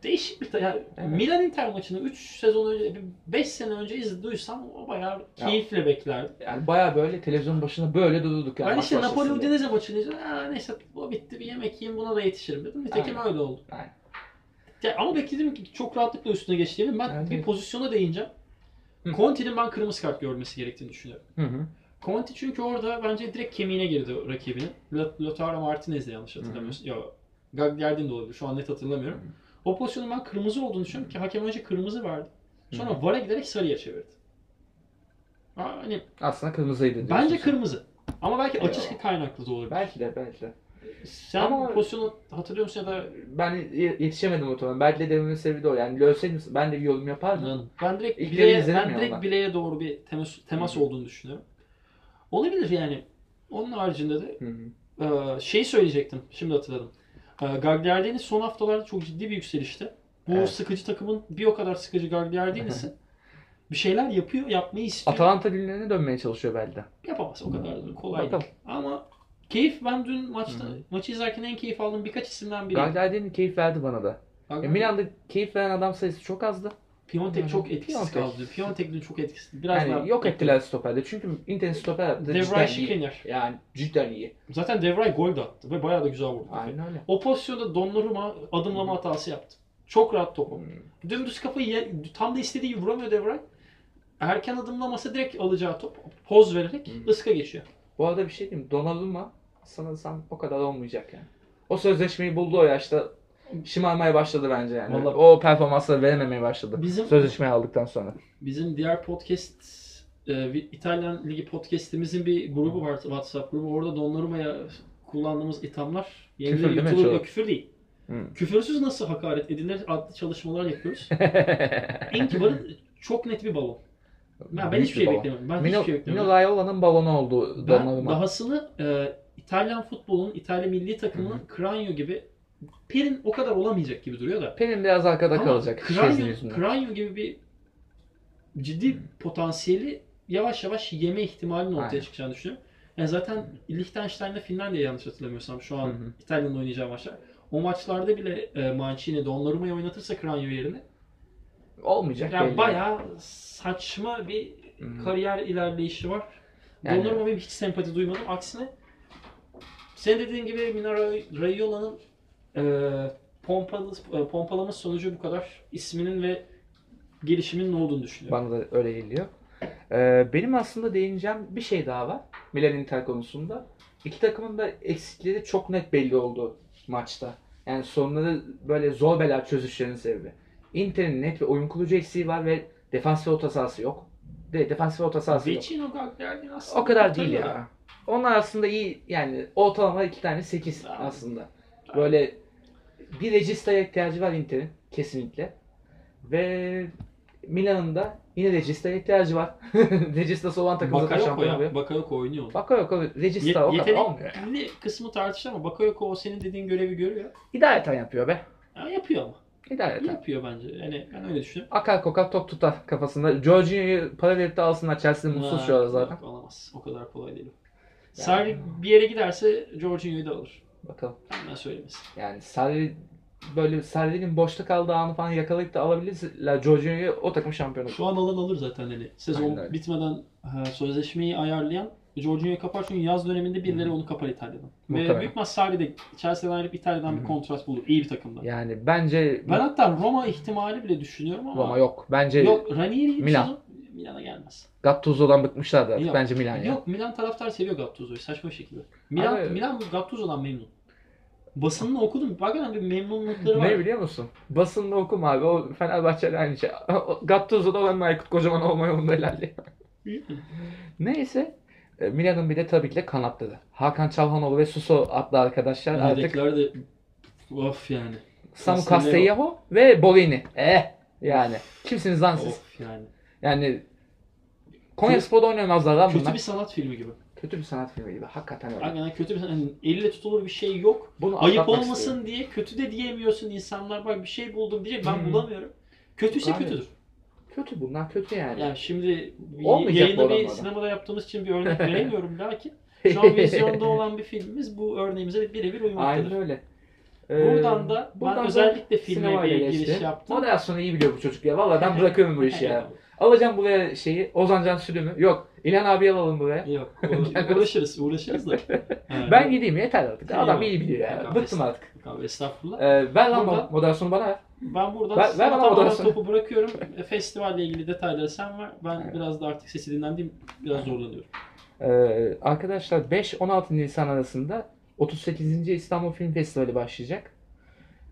[SPEAKER 2] değişik bir ta- yani
[SPEAKER 1] Evet.
[SPEAKER 2] Milan Inter maçını 3 sezon önce 5 sene önce iz- duysam o bayağı keyifle beklerdim.
[SPEAKER 1] Yani baya böyle televizyon başında böyle durduk yani.
[SPEAKER 2] ben
[SPEAKER 1] maç
[SPEAKER 2] işte Napoli
[SPEAKER 1] başlasın diye.
[SPEAKER 2] Udinese maçını izledim. "Aa, neyse bu bitti bir yemek yiyeyim buna da yetişirim dedim. Nitekim
[SPEAKER 1] Aynen.
[SPEAKER 2] öyle oldu.
[SPEAKER 1] Aynen.
[SPEAKER 2] Ya, ama bekledim ki çok rahatlıkla üstüne geçtiğimi. Ben
[SPEAKER 1] Evet,
[SPEAKER 2] bir
[SPEAKER 1] evet.
[SPEAKER 2] pozisyona değineceğim.
[SPEAKER 1] Hı.
[SPEAKER 2] Conte'nin ben kırmızı kart görmesi gerektiğini düşünüyorum.
[SPEAKER 1] Hı hı.
[SPEAKER 2] Conte çünkü orada bence direkt kemiğine girdi rakibinin. Lot- Lautaro Martinez'le yanlış hatırlamıyorsun. Yok. Gagliardini de olabilir. Şu an net hatırlamıyorum. O pozisyonun ben kırmızı olduğunu düşünüyorum ki hakem önce kırmızı verdi. Sonra VAR'a giderek sarıya çevirdi. Ha, Hani
[SPEAKER 1] Aslında kırmızıydı diyorsun
[SPEAKER 2] bence
[SPEAKER 1] sen.
[SPEAKER 2] kırmızı. Ama belki açı
[SPEAKER 1] Eyvallah.
[SPEAKER 2] kaynaklı da olabilir.
[SPEAKER 1] Belki de belki de.
[SPEAKER 2] Sen
[SPEAKER 1] Ama-
[SPEAKER 2] bu pozisyonu hatırlıyor musun ya da
[SPEAKER 1] Ben ye- yetişemedim muhtemelen. Belki de dememin sebebi de o. Yani görseydim ben de bir yorum yapardım.
[SPEAKER 2] ben direkt
[SPEAKER 1] İlk kere
[SPEAKER 2] bileğe,
[SPEAKER 1] izledim ya
[SPEAKER 2] ben direkt
[SPEAKER 1] ben.
[SPEAKER 2] bileğe doğru bir temas, temas
[SPEAKER 1] Hı.
[SPEAKER 2] olduğunu düşünüyorum. Olabilir yani. Onun haricinde de
[SPEAKER 1] Hı hı.
[SPEAKER 2] Ee, şey söyleyecektim. Şimdi hatırladım. Ee, Gagliardini son haftalarda çok ciddi bir yükselişte. Bu
[SPEAKER 1] Evet.
[SPEAKER 2] sıkıcı takımın bir o kadar sıkıcı Gagliardini'si bir şeyler yapıyor, yapmayı istiyor.
[SPEAKER 1] Atalanta günlerine dönmeye çalışıyor belki de.
[SPEAKER 2] Yapamaz o kadar da kolay
[SPEAKER 1] Bakalım.
[SPEAKER 2] değil. Ama keyif ben dün maçta
[SPEAKER 1] Hı hı.
[SPEAKER 2] maçı izlerken en keyif aldığım birkaç isimden biri.
[SPEAKER 1] Gagliardini keyif verdi bana da. E,
[SPEAKER 2] Gagliardini.
[SPEAKER 1] Milan'da keyif veren adam sayısı çok azdı.
[SPEAKER 2] Piontek çok etkisiz
[SPEAKER 1] Piontek.
[SPEAKER 2] kaldı. Piontek dün çok etkisiz. Biraz daha
[SPEAKER 1] Yani yok ettiler stoperde. Çünkü Inter'in stoper attı cidden
[SPEAKER 2] Devray
[SPEAKER 1] iyi.
[SPEAKER 2] Skriniar.
[SPEAKER 1] Yani cidden iyi.
[SPEAKER 2] Zaten Devray gol de attı ve bayağı da güzel vurdu.
[SPEAKER 1] Aynen öyle.
[SPEAKER 2] O pozisyonda Donnarumma adımlama hatası yaptı. Çok rahat topu.
[SPEAKER 1] Hmm.
[SPEAKER 2] Dümdüz kafayı yer- tam da istediği gibi vuramıyor Devray. Erken adımlaması direkt alacağı top poz vererek
[SPEAKER 1] Hı.
[SPEAKER 2] ıska geçiyor.
[SPEAKER 1] Bu arada bir şey diyeyim. mi? Donnarumma sanırsam o kadar olmayacak yani. O sözleşmeyi buldu o yaşta. Şımarmaya başladı bence yani.
[SPEAKER 2] Vallahi-
[SPEAKER 1] O performansları verememeye başladı.
[SPEAKER 2] Bizim-
[SPEAKER 1] Sözleşmeyi aldıktan sonra.
[SPEAKER 2] Bizim diğer podcast e, vi- İtalyan Ligi podcast'imizin bir grubu var WhatsApp grubu. Orada Donnarumma'ya kullandığımız ithamlar
[SPEAKER 1] Küfür
[SPEAKER 2] yenileri
[SPEAKER 1] değil mi Hmm.
[SPEAKER 2] yutulur.
[SPEAKER 1] çoğu?
[SPEAKER 2] Yok, Küfür değil.
[SPEAKER 1] Hı.
[SPEAKER 2] Küfürsüz nasıl hakaret edilir adlı çalışmalar yapıyoruz. en kibarı çok net bir balon. Ben, ben
[SPEAKER 1] Büyük
[SPEAKER 2] hiçbir
[SPEAKER 1] bir
[SPEAKER 2] şey
[SPEAKER 1] balon.
[SPEAKER 2] beklemiyorum. Ben
[SPEAKER 1] Mino,
[SPEAKER 2] hiçbir şey beklemiyorum.
[SPEAKER 1] Mino Raiola'nın balonu oldu
[SPEAKER 2] Ben
[SPEAKER 1] Donnarumma.
[SPEAKER 2] dahasını e, İtalyan futbolunun, İtalya milli takımının Kranio gibi Perin o kadar olamayacak gibi duruyor da.
[SPEAKER 1] Pelin biraz arkada
[SPEAKER 2] Ama
[SPEAKER 1] kalacak. Şezin
[SPEAKER 2] Kranio,
[SPEAKER 1] yüzünden.
[SPEAKER 2] Kranio gibi bir ciddi potansiyeli yavaş yavaş yeme ihtimalinin ortaya
[SPEAKER 1] Aynen.
[SPEAKER 2] çıkacağını düşünüyorum. Yani zaten Liechtenstein'le Finlandiya yanlış hatırlamıyorsam şu an
[SPEAKER 1] Hı hı.
[SPEAKER 2] İtalya'nın oynayacağı maçlar. O maçlarda bile e, Mancini, Donnarumma'yı oynatırsa Kranio yerine
[SPEAKER 1] Olmayacak.
[SPEAKER 2] yani
[SPEAKER 1] belli.
[SPEAKER 2] bayağı saçma bir
[SPEAKER 1] Hı.
[SPEAKER 2] kariyer ilerleyişi var.
[SPEAKER 1] Yani-
[SPEAKER 2] Donnarumma'ya hiç sempati duymadım. Aksine sen dediğin gibi Minara Raiola'nın e, pompalı, e, pompalama sonucu bu kadar isminin ve gelişiminin olduğunu düşünüyorum.
[SPEAKER 1] Bana da öyle geliyor. Ee, benim aslında değineceğim bir şey daha var. Milan Inter konusunda. İki takımın da eksikleri çok net belli oldu maçta. Yani sonları böyle zor bela çözüşlerin sebebi. Inter'in net bir oyun kurucu eksiği var ve defansif orta sahası yok. de, defansif orta sahası yok.
[SPEAKER 2] Vecino Gagliardini aslında.
[SPEAKER 1] O kadar
[SPEAKER 2] kurtarıyor
[SPEAKER 1] değil
[SPEAKER 2] da.
[SPEAKER 1] ya. Onlar aslında iyi yani ortalama iki tane 8
[SPEAKER 2] Abi.
[SPEAKER 1] aslında. Böyle bir registaya ihtiyacı var Inter'in kesinlikle. Ve Milan'ın da yine registaya ihtiyacı var. Registası olan takım zaten
[SPEAKER 2] Bakayoko
[SPEAKER 1] şampiyon oluyor.
[SPEAKER 2] ya. Bakayoko oynuyor.
[SPEAKER 1] Bakayoko
[SPEAKER 2] Ye-
[SPEAKER 1] regista o kadar olmuyor. ya.
[SPEAKER 2] yetenekli kısmı tartışılır ama Bakayoko o senin dediğin görevi görüyor.
[SPEAKER 1] İdareten yapıyor be.
[SPEAKER 2] Ya yapıyor ama.
[SPEAKER 1] İdareten.
[SPEAKER 2] Yapıyor bence. Yani ben öyle düşünüyorum.
[SPEAKER 1] Akar kokar top tutar kafasında. Jorginho'yu para verip de alsınlar. Chelsea mutsuz şu ara
[SPEAKER 2] Ama
[SPEAKER 1] zaten.
[SPEAKER 2] yok, Olamaz. O kadar kolay değil. Sarri bir yere giderse Jorginho'yu da alır.
[SPEAKER 1] Bakalım.
[SPEAKER 2] Hemen söylemesin.
[SPEAKER 1] Yani Sarri böyle Sarri'nin boşta kaldığı anı falan yakalayıp da alabilirler. Jorginho'yu o takım şampiyonu.
[SPEAKER 2] Şu an alan alır zaten hani. Sezon
[SPEAKER 1] Aynen öyle.
[SPEAKER 2] bitmeden e, sözleşmeyi ayarlayan Jorginho'yu kapar çünkü yaz döneminde birileri onu kapar İtalya'dan.
[SPEAKER 1] Muhtemelen.
[SPEAKER 2] Ve büyük ihtimal Sarri de Chelsea'den ayrılıp İtalya'dan
[SPEAKER 1] Hı
[SPEAKER 2] bir
[SPEAKER 1] hı.
[SPEAKER 2] kontrat bulur. iyi bir takımdan.
[SPEAKER 1] Yani bence
[SPEAKER 2] Ben hatta Roma ihtimali bile düşünüyorum ama
[SPEAKER 1] Roma yok. Bence
[SPEAKER 2] Yok Ranieri hiç
[SPEAKER 1] Milan.
[SPEAKER 2] sezon- Milan'a gelmez.
[SPEAKER 1] Gattuso'dan bıkmışlardı artık.
[SPEAKER 2] Yok.
[SPEAKER 1] Bence Milan ya.
[SPEAKER 2] Yok Milan taraftar seviyor Gattuso'yu saçma şekilde. Milan
[SPEAKER 1] Abi-
[SPEAKER 2] Milan bu Gattuso'dan memnun. Basınını okudum. Bakın bir memnunlukları var.
[SPEAKER 1] Ne biliyor musun? Basında okum abi. O Fenerbahçe'de aynı şey. Gattuso'da olan Aykut Kocaman olma yolunda ilerliyor. Neyse. e, Milan'ın bir de tabii ki de kanatları. Hakan Çalhanoğlu ve Suso adlı arkadaşlar artık
[SPEAKER 2] Yedekler de of yani.
[SPEAKER 1] Samu
[SPEAKER 2] Castellano.
[SPEAKER 1] Castellaho ve Borini. Eh yani. Kimsiniz lan siz?
[SPEAKER 2] Of yani.
[SPEAKER 1] Yani Konya Spor'da oynamazlar lan
[SPEAKER 2] Kötü
[SPEAKER 1] bunlar.
[SPEAKER 2] bir sanat filmi gibi.
[SPEAKER 1] Kötü bir sanat filmi gibi. Hakikaten öyle.
[SPEAKER 2] Aynen kötü bir hani elle tutulur bir şey yok.
[SPEAKER 1] Bunu
[SPEAKER 2] Ayıp
[SPEAKER 1] atlatmak
[SPEAKER 2] olmasın
[SPEAKER 1] istiyorum.
[SPEAKER 2] diye kötü de diyemiyorsun insanlar. Bak bir şey buldum diyecek ben
[SPEAKER 1] Hmm.
[SPEAKER 2] bulamıyorum. Kötüyse
[SPEAKER 1] Abi,
[SPEAKER 2] kötüdür.
[SPEAKER 1] Kötü bunlar kötü yani.
[SPEAKER 2] Yani şimdi bir
[SPEAKER 1] Olmayacak bu
[SPEAKER 2] yayını bir
[SPEAKER 1] adamlardan.
[SPEAKER 2] sinemada yaptığımız için bir örnek veremiyorum lakin şu an vizyonda olan bir filmimiz bu örneğimize de birebir
[SPEAKER 1] Aynen
[SPEAKER 2] uymaktadır.
[SPEAKER 1] öyle. Ee,
[SPEAKER 2] Buradan da ben
[SPEAKER 1] buradan da
[SPEAKER 2] özellikle filme
[SPEAKER 1] sinemayla
[SPEAKER 2] bir giriş
[SPEAKER 1] geçti.
[SPEAKER 2] yaptım.
[SPEAKER 1] Moderasyonu iyi biliyor bu çocuk ya. Vallahi ben bırakıyorum bu işi ya. Alacağım buraya şeyi. Ozancan Sülüm'ü. Yok. İlhan abi alalım buraya.
[SPEAKER 2] Yok, uğra- uğraşırız, uğraşırız da. Ee,
[SPEAKER 1] Ben gideyim yeter artık.
[SPEAKER 2] Yok.
[SPEAKER 1] Adam iyi biliyor ya.
[SPEAKER 2] Yok,
[SPEAKER 1] Bıktım artık.
[SPEAKER 2] Abi estağfurullah.
[SPEAKER 1] Ee, ver lan
[SPEAKER 2] Buradan-
[SPEAKER 1] mo- moderasyonu bana ver.
[SPEAKER 2] Ben buradan
[SPEAKER 1] Ver- ver
[SPEAKER 2] sana
[SPEAKER 1] bana
[SPEAKER 2] tamamen
[SPEAKER 1] odasını.
[SPEAKER 2] topu bırakıyorum. E, Festivalle ilgili detayları sen ver. Ben biraz da artık sesi dinlendiğim biraz zorlanıyorum.
[SPEAKER 1] Ee, arkadaşlar 5-16 Nisan arasında 38. İstanbul Film Festivali başlayacak.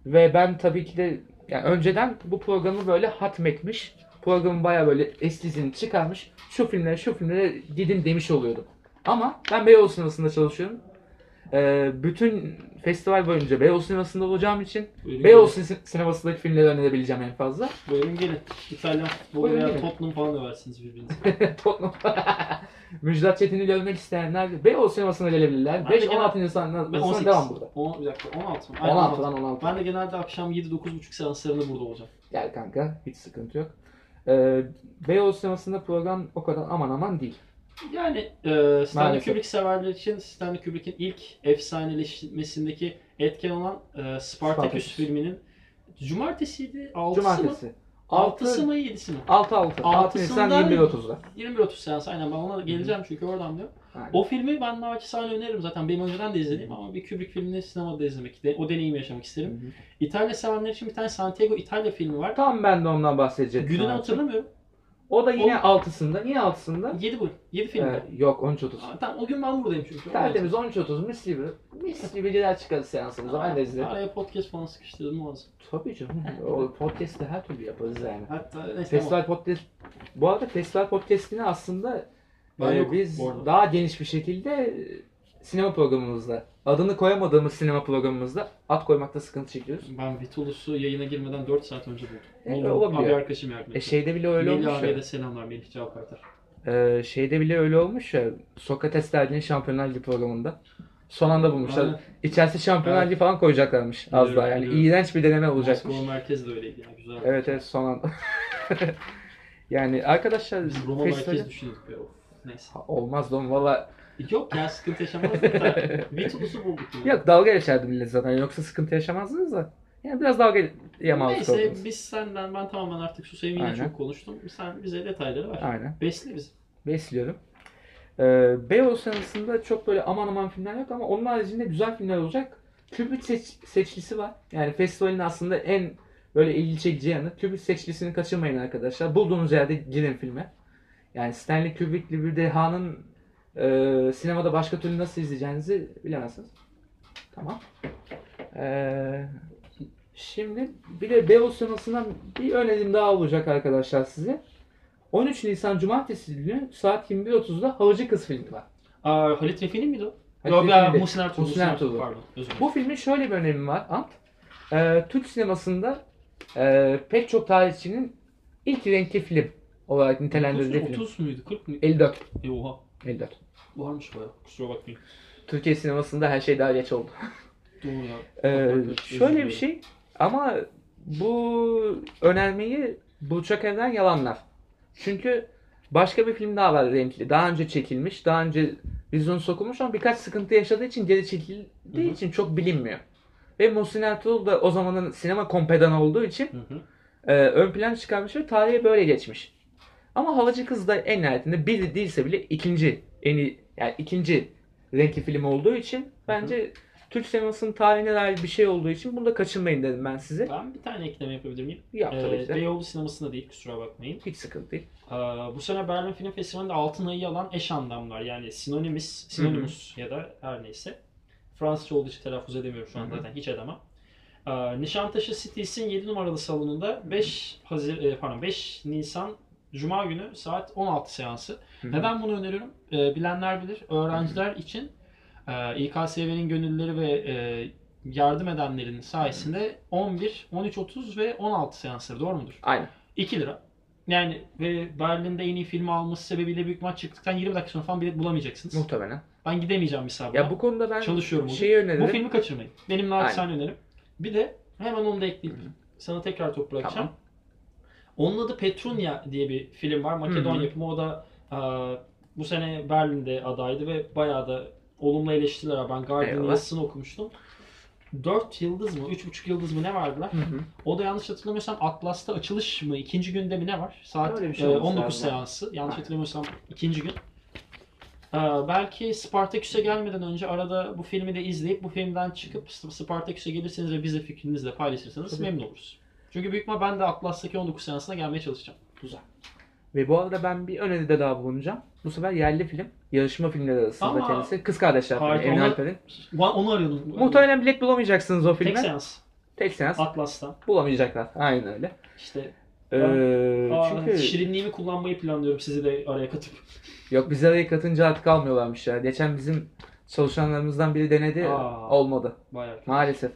[SPEAKER 1] Ve ben tabii ki de yani önceden bu programı böyle hatmetmiş. Programı baya böyle eskizini çıkarmış. Şu filmlere şu filmlere gidin demiş oluyordum. Ama ben Beyoğlu sinemasında çalışıyorum. Ee, bütün festival boyunca Beyoğlu sinemasında olacağım için
[SPEAKER 2] Buyurun
[SPEAKER 1] Beyoğlu sin- sinemasındaki filmleri önerebileceğim en fazla.
[SPEAKER 2] gelin. Buyurun gelin. İtalyan futbolu
[SPEAKER 1] Buyurun
[SPEAKER 2] veya
[SPEAKER 1] gelin.
[SPEAKER 2] Tottenham falan da versiniz birbirinize.
[SPEAKER 1] Tottenham. Müjdat Çetin'i görmek isteyenler Beyoğlu sinemasına gelebilirler.
[SPEAKER 2] Ben de
[SPEAKER 1] 5-16 Nisan'dan
[SPEAKER 2] Ben 18.
[SPEAKER 1] Nisan devam burada.
[SPEAKER 2] On- bir dakika 16 mı? Aynen
[SPEAKER 1] 16 lan 16.
[SPEAKER 2] Ben de genelde akşam 7-9.30 seanslarında burada olacağım.
[SPEAKER 1] Gel kanka hiç sıkıntı yok. Ee, Beyoğlu sinemasında program o kadar aman aman değil.
[SPEAKER 2] Yani e, Stanley
[SPEAKER 1] Maalesef.
[SPEAKER 2] Kubrick severler için Stanley Kubrick'in ilk efsaneleşmesindeki etken olan e, Spartacus
[SPEAKER 1] Spartacus.
[SPEAKER 2] filminin Cumartesiydi, 6'sı mı?
[SPEAKER 1] Cumartesi.
[SPEAKER 2] 6'sı mı 7'si mi?
[SPEAKER 1] 6 6. 6 Nisan
[SPEAKER 2] Altısından-
[SPEAKER 1] 21.30'da.
[SPEAKER 2] 21.30 seansı aynen ben ona geleceğim çünkü oradan diyor.
[SPEAKER 1] Aynen.
[SPEAKER 2] O filmi ben naçizane öneririm zaten benim önceden de izlediğim ama bir Kubrick filmini sinemada izlemek, de, o deneyimi yaşamak
[SPEAKER 1] Hı
[SPEAKER 2] isterim.
[SPEAKER 1] hı.
[SPEAKER 2] İtalya sevenler için bir tane Santiago İtalya filmi var.
[SPEAKER 1] Tam ben de ondan bahsedecektim.
[SPEAKER 2] Gününü
[SPEAKER 1] abi.
[SPEAKER 2] hatırlamıyorum.
[SPEAKER 1] O da yine 6'sında. Niye 6'sında?
[SPEAKER 2] 7 bölüm, 7 film.
[SPEAKER 1] Ee,
[SPEAKER 2] var.
[SPEAKER 1] yok 13.30.
[SPEAKER 2] Aa, Tamam o gün ben buradayım çünkü.
[SPEAKER 1] Tertemiz 13.30 mis gibi. Mis gibi gider çıkarız seansımıza. Ben de izlerim.
[SPEAKER 2] Araya podcast falan sıkıştırdım lazım.
[SPEAKER 1] Tabii canım. O podcast'te her türlü yaparız yani.
[SPEAKER 2] Hatta neyse tamam.
[SPEAKER 1] Festival Podcast bu arada Festival Podcast'ini aslında
[SPEAKER 2] Ben
[SPEAKER 1] e,
[SPEAKER 2] yokum
[SPEAKER 1] biz
[SPEAKER 2] bu arada.
[SPEAKER 1] daha geniş bir şekilde e, sinema programımızda adını koyamadığımız sinema programımızda ad koymakta sıkıntı çekiyoruz.
[SPEAKER 2] Ben Vitulus'u yayına girmeden 4 saat önce buldum.
[SPEAKER 1] E,
[SPEAKER 2] Oldu.
[SPEAKER 1] olabiliyor.
[SPEAKER 2] Abi arkadaşım yardım
[SPEAKER 1] E
[SPEAKER 2] etti.
[SPEAKER 1] şeyde bile öyle
[SPEAKER 2] Melih
[SPEAKER 1] olmuş
[SPEAKER 2] abiye de
[SPEAKER 1] ya.
[SPEAKER 2] selamlar Melih Cevapkartar.
[SPEAKER 1] E, şeyde bile öyle olmuş ya. Sokrates derginin Şampiyonlar Ligi programında. Son anda bulmuşlar.
[SPEAKER 2] Aynen.
[SPEAKER 1] İçerisi Şampiyonlar
[SPEAKER 2] Evet.
[SPEAKER 1] Ligi falan koyacaklarmış az
[SPEAKER 2] Biliyorum,
[SPEAKER 1] daha. Yani
[SPEAKER 2] biliyorum.
[SPEAKER 1] iğrenç bir deneme olacakmış.
[SPEAKER 2] Moskova merkezi de öyleydi ya güzel.
[SPEAKER 1] Evet evet son anda. yani arkadaşlar
[SPEAKER 2] Biz Roma
[SPEAKER 1] festivali...
[SPEAKER 2] merkezi düşündük ya. of. Neyse.
[SPEAKER 1] Ha, Olmaz oğlum valla.
[SPEAKER 2] Yok ya sıkıntı yaşamazdık da. Vitulus'u bulduk yine.
[SPEAKER 1] Yok dalga geçerdi millet zaten. Yoksa sıkıntı yaşamazdınız da. Yani biraz dalga yamalık
[SPEAKER 2] Neyse
[SPEAKER 1] oldunuz.
[SPEAKER 2] biz senden ben tamamen artık sus yine
[SPEAKER 1] Aynen.
[SPEAKER 2] çok konuştum. Sen bize detayları ver.
[SPEAKER 1] Aynen.
[SPEAKER 2] Besle bizi.
[SPEAKER 1] Besliyorum. Ee, Beyoğlu senesinde çok böyle aman aman filmler yok ama onun haricinde güzel filmler olacak. Kubrick seç- seçlisi var. Yani festivalin aslında en böyle ilgi çekici yanı. Kubrick seçlisini kaçırmayın arkadaşlar. Bulduğunuz yerde girin filme. Yani Stanley Kubrick'li bir dehanın e, sinemada başka türlü nasıl izleyeceğinizi bilemezsiniz. Tamam. Ee, şimdi bir de Beyoğlu sinemasından bir önerim daha olacak arkadaşlar size. 13 Nisan Cumartesi günü saat 21.30'da Havacı Kız filmi var.
[SPEAKER 2] Aa, Halit Refik'in miydi o?
[SPEAKER 1] Halit
[SPEAKER 2] Yok ya
[SPEAKER 1] Refik'in de-
[SPEAKER 2] Muhsin Ertuğrul.
[SPEAKER 1] Muhsin
[SPEAKER 2] Muhsin
[SPEAKER 1] Ertuğrul.
[SPEAKER 2] Ertuğrul. Pardon. Özür dilerim.
[SPEAKER 1] Bu filmin şöyle bir önemi var Ant. Ee, Türk sinemasında e, pek çok tarihçinin ilk renkli film olarak nitelendirildiği
[SPEAKER 2] 30,
[SPEAKER 1] film.
[SPEAKER 2] 30 muydu? 40 muydu?
[SPEAKER 1] 54.
[SPEAKER 2] E, oha.
[SPEAKER 1] 54.
[SPEAKER 2] Varmış baya. Kusura bakmayın.
[SPEAKER 1] Türkiye sinemasında her şey daha geç oldu.
[SPEAKER 2] Doğru ya.
[SPEAKER 1] Ee,
[SPEAKER 2] Özür
[SPEAKER 1] şöyle bir
[SPEAKER 2] dilerim.
[SPEAKER 1] şey ama bu önermeyi Burçak Evren yalanlar. Çünkü başka bir film daha var renkli. Daha önce çekilmiş, daha önce vizyonu sokulmuş ama birkaç sıkıntı yaşadığı için geri çekildiği
[SPEAKER 2] Hı hı.
[SPEAKER 1] için çok bilinmiyor. Ve Muhsin Ertuğrul da o zamanın sinema kompedanı olduğu için
[SPEAKER 2] Hı hı.
[SPEAKER 1] e, ön plan çıkarmış ve tarihe böyle geçmiş. Ama Havacı Kız da en nihayetinde bir değilse bile ikinci en iyi, yani ikinci renkli film olduğu için bence Türk sinemasının tarihine dair bir şey olduğu için bunu da kaçırmayın dedim ben size.
[SPEAKER 2] Ben bir tane ekleme yapabilir miyim?
[SPEAKER 1] Yap tabii
[SPEAKER 2] Ee,
[SPEAKER 1] ki de.
[SPEAKER 2] Beyoğlu sinemasında değil kusura bakmayın.
[SPEAKER 1] Hiç sıkıntı değil.
[SPEAKER 2] Ee, bu sene Berlin Film Festivali'nde altın ayı alan eş anlamlar yani sinonimis, sinonimus ya da her neyse. Fransızca olduğu için telaffuz edemiyorum şu an
[SPEAKER 1] Hı hı.
[SPEAKER 2] zaten hiç edemem. Ee, Nişantaşı City's'in 7 numaralı salonunda 5 Hazir, e, pardon 5 Nisan Cuma günü saat 16 seansı.
[SPEAKER 1] Hı hı.
[SPEAKER 2] Neden bunu öneriyorum? Ee, bilenler bilir. Öğrenciler için e, İKSV'nin gönüllüleri ve e, yardım edenlerin sayesinde 11, 13.30 ve 16 seansları doğru mudur?
[SPEAKER 1] Aynen.
[SPEAKER 2] 2 lira. Yani ve Berlin'de en iyi filmi alması sebebiyle büyük maç çıktıktan 20 dakika sonra falan bilet bulamayacaksınız.
[SPEAKER 1] Muhtemelen.
[SPEAKER 2] Ben gidemeyeceğim bir sabah.
[SPEAKER 1] Ya bu şey konuda ben
[SPEAKER 2] Çalışıyorum bugün.
[SPEAKER 1] şeyi
[SPEAKER 2] Bu
[SPEAKER 1] öneririm.
[SPEAKER 2] filmi kaçırmayın. Benim naçizane önerim. Bir de hemen onu da ekleyip
[SPEAKER 1] Hı hı.
[SPEAKER 2] sana tekrar top bırakacağım.
[SPEAKER 1] Tamam.
[SPEAKER 2] Onun adı Petrunia diye bir film var. Makedon
[SPEAKER 1] Hı hı.
[SPEAKER 2] yapımı. O da aa, bu sene Berlin'de adaydı ve bayağı da olumlu eleştiriler. var. Ben Guardian'ın
[SPEAKER 1] Eyvallah.
[SPEAKER 2] yazısını okumuştum. 4 yıldız mı, 3,5 yıldız mı ne verdiler?
[SPEAKER 1] Hı hı.
[SPEAKER 2] O da yanlış hatırlamıyorsam Atlas'ta açılış mı ikinci günde mi ne var? Saat
[SPEAKER 1] Öyle bir şey
[SPEAKER 2] e,
[SPEAKER 1] olması
[SPEAKER 2] 19
[SPEAKER 1] lazım.
[SPEAKER 2] seansı. Yanlış
[SPEAKER 1] Aynen.
[SPEAKER 2] hatırlamıyorsam ikinci gün. Ee, belki Spartaküs'e gelmeden önce arada bu filmi de izleyip bu filmden çıkıp Sp- Spartaküs'e gelirseniz ve bize fikrinizle paylaşırsanız
[SPEAKER 1] Tabii.
[SPEAKER 2] memnun oluruz. Çünkü büyük ihtimal ben de Atlas'taki 19 seansına gelmeye çalışacağım.
[SPEAKER 1] Güzel. Ve bu arada ben bir öneride daha bulunacağım. Bu sefer yerli film. Yarışma filmleri arasında
[SPEAKER 2] Ama-
[SPEAKER 1] kendisi. Kız Kardeşler filmi.
[SPEAKER 2] Hayır,
[SPEAKER 1] Emin
[SPEAKER 2] ona-
[SPEAKER 1] Alper'in.
[SPEAKER 2] Ben onu arıyordum.
[SPEAKER 1] Muhtemelen bilet bulamayacaksınız o filme.
[SPEAKER 2] Tek seans.
[SPEAKER 1] Tek seans.
[SPEAKER 2] Atlas'tan.
[SPEAKER 1] Bulamayacaklar. Aynen öyle.
[SPEAKER 2] İşte
[SPEAKER 1] Ee,
[SPEAKER 2] aa,
[SPEAKER 1] çünkü
[SPEAKER 2] şirinliğimi kullanmayı planlıyorum sizi de araya katıp.
[SPEAKER 1] yok bize araya katınca artık almıyorlarmış ya. Geçen bizim çalışanlarımızdan biri denedi.
[SPEAKER 2] Aa.
[SPEAKER 1] Olmadı.
[SPEAKER 2] Bayağı.
[SPEAKER 1] Maalesef.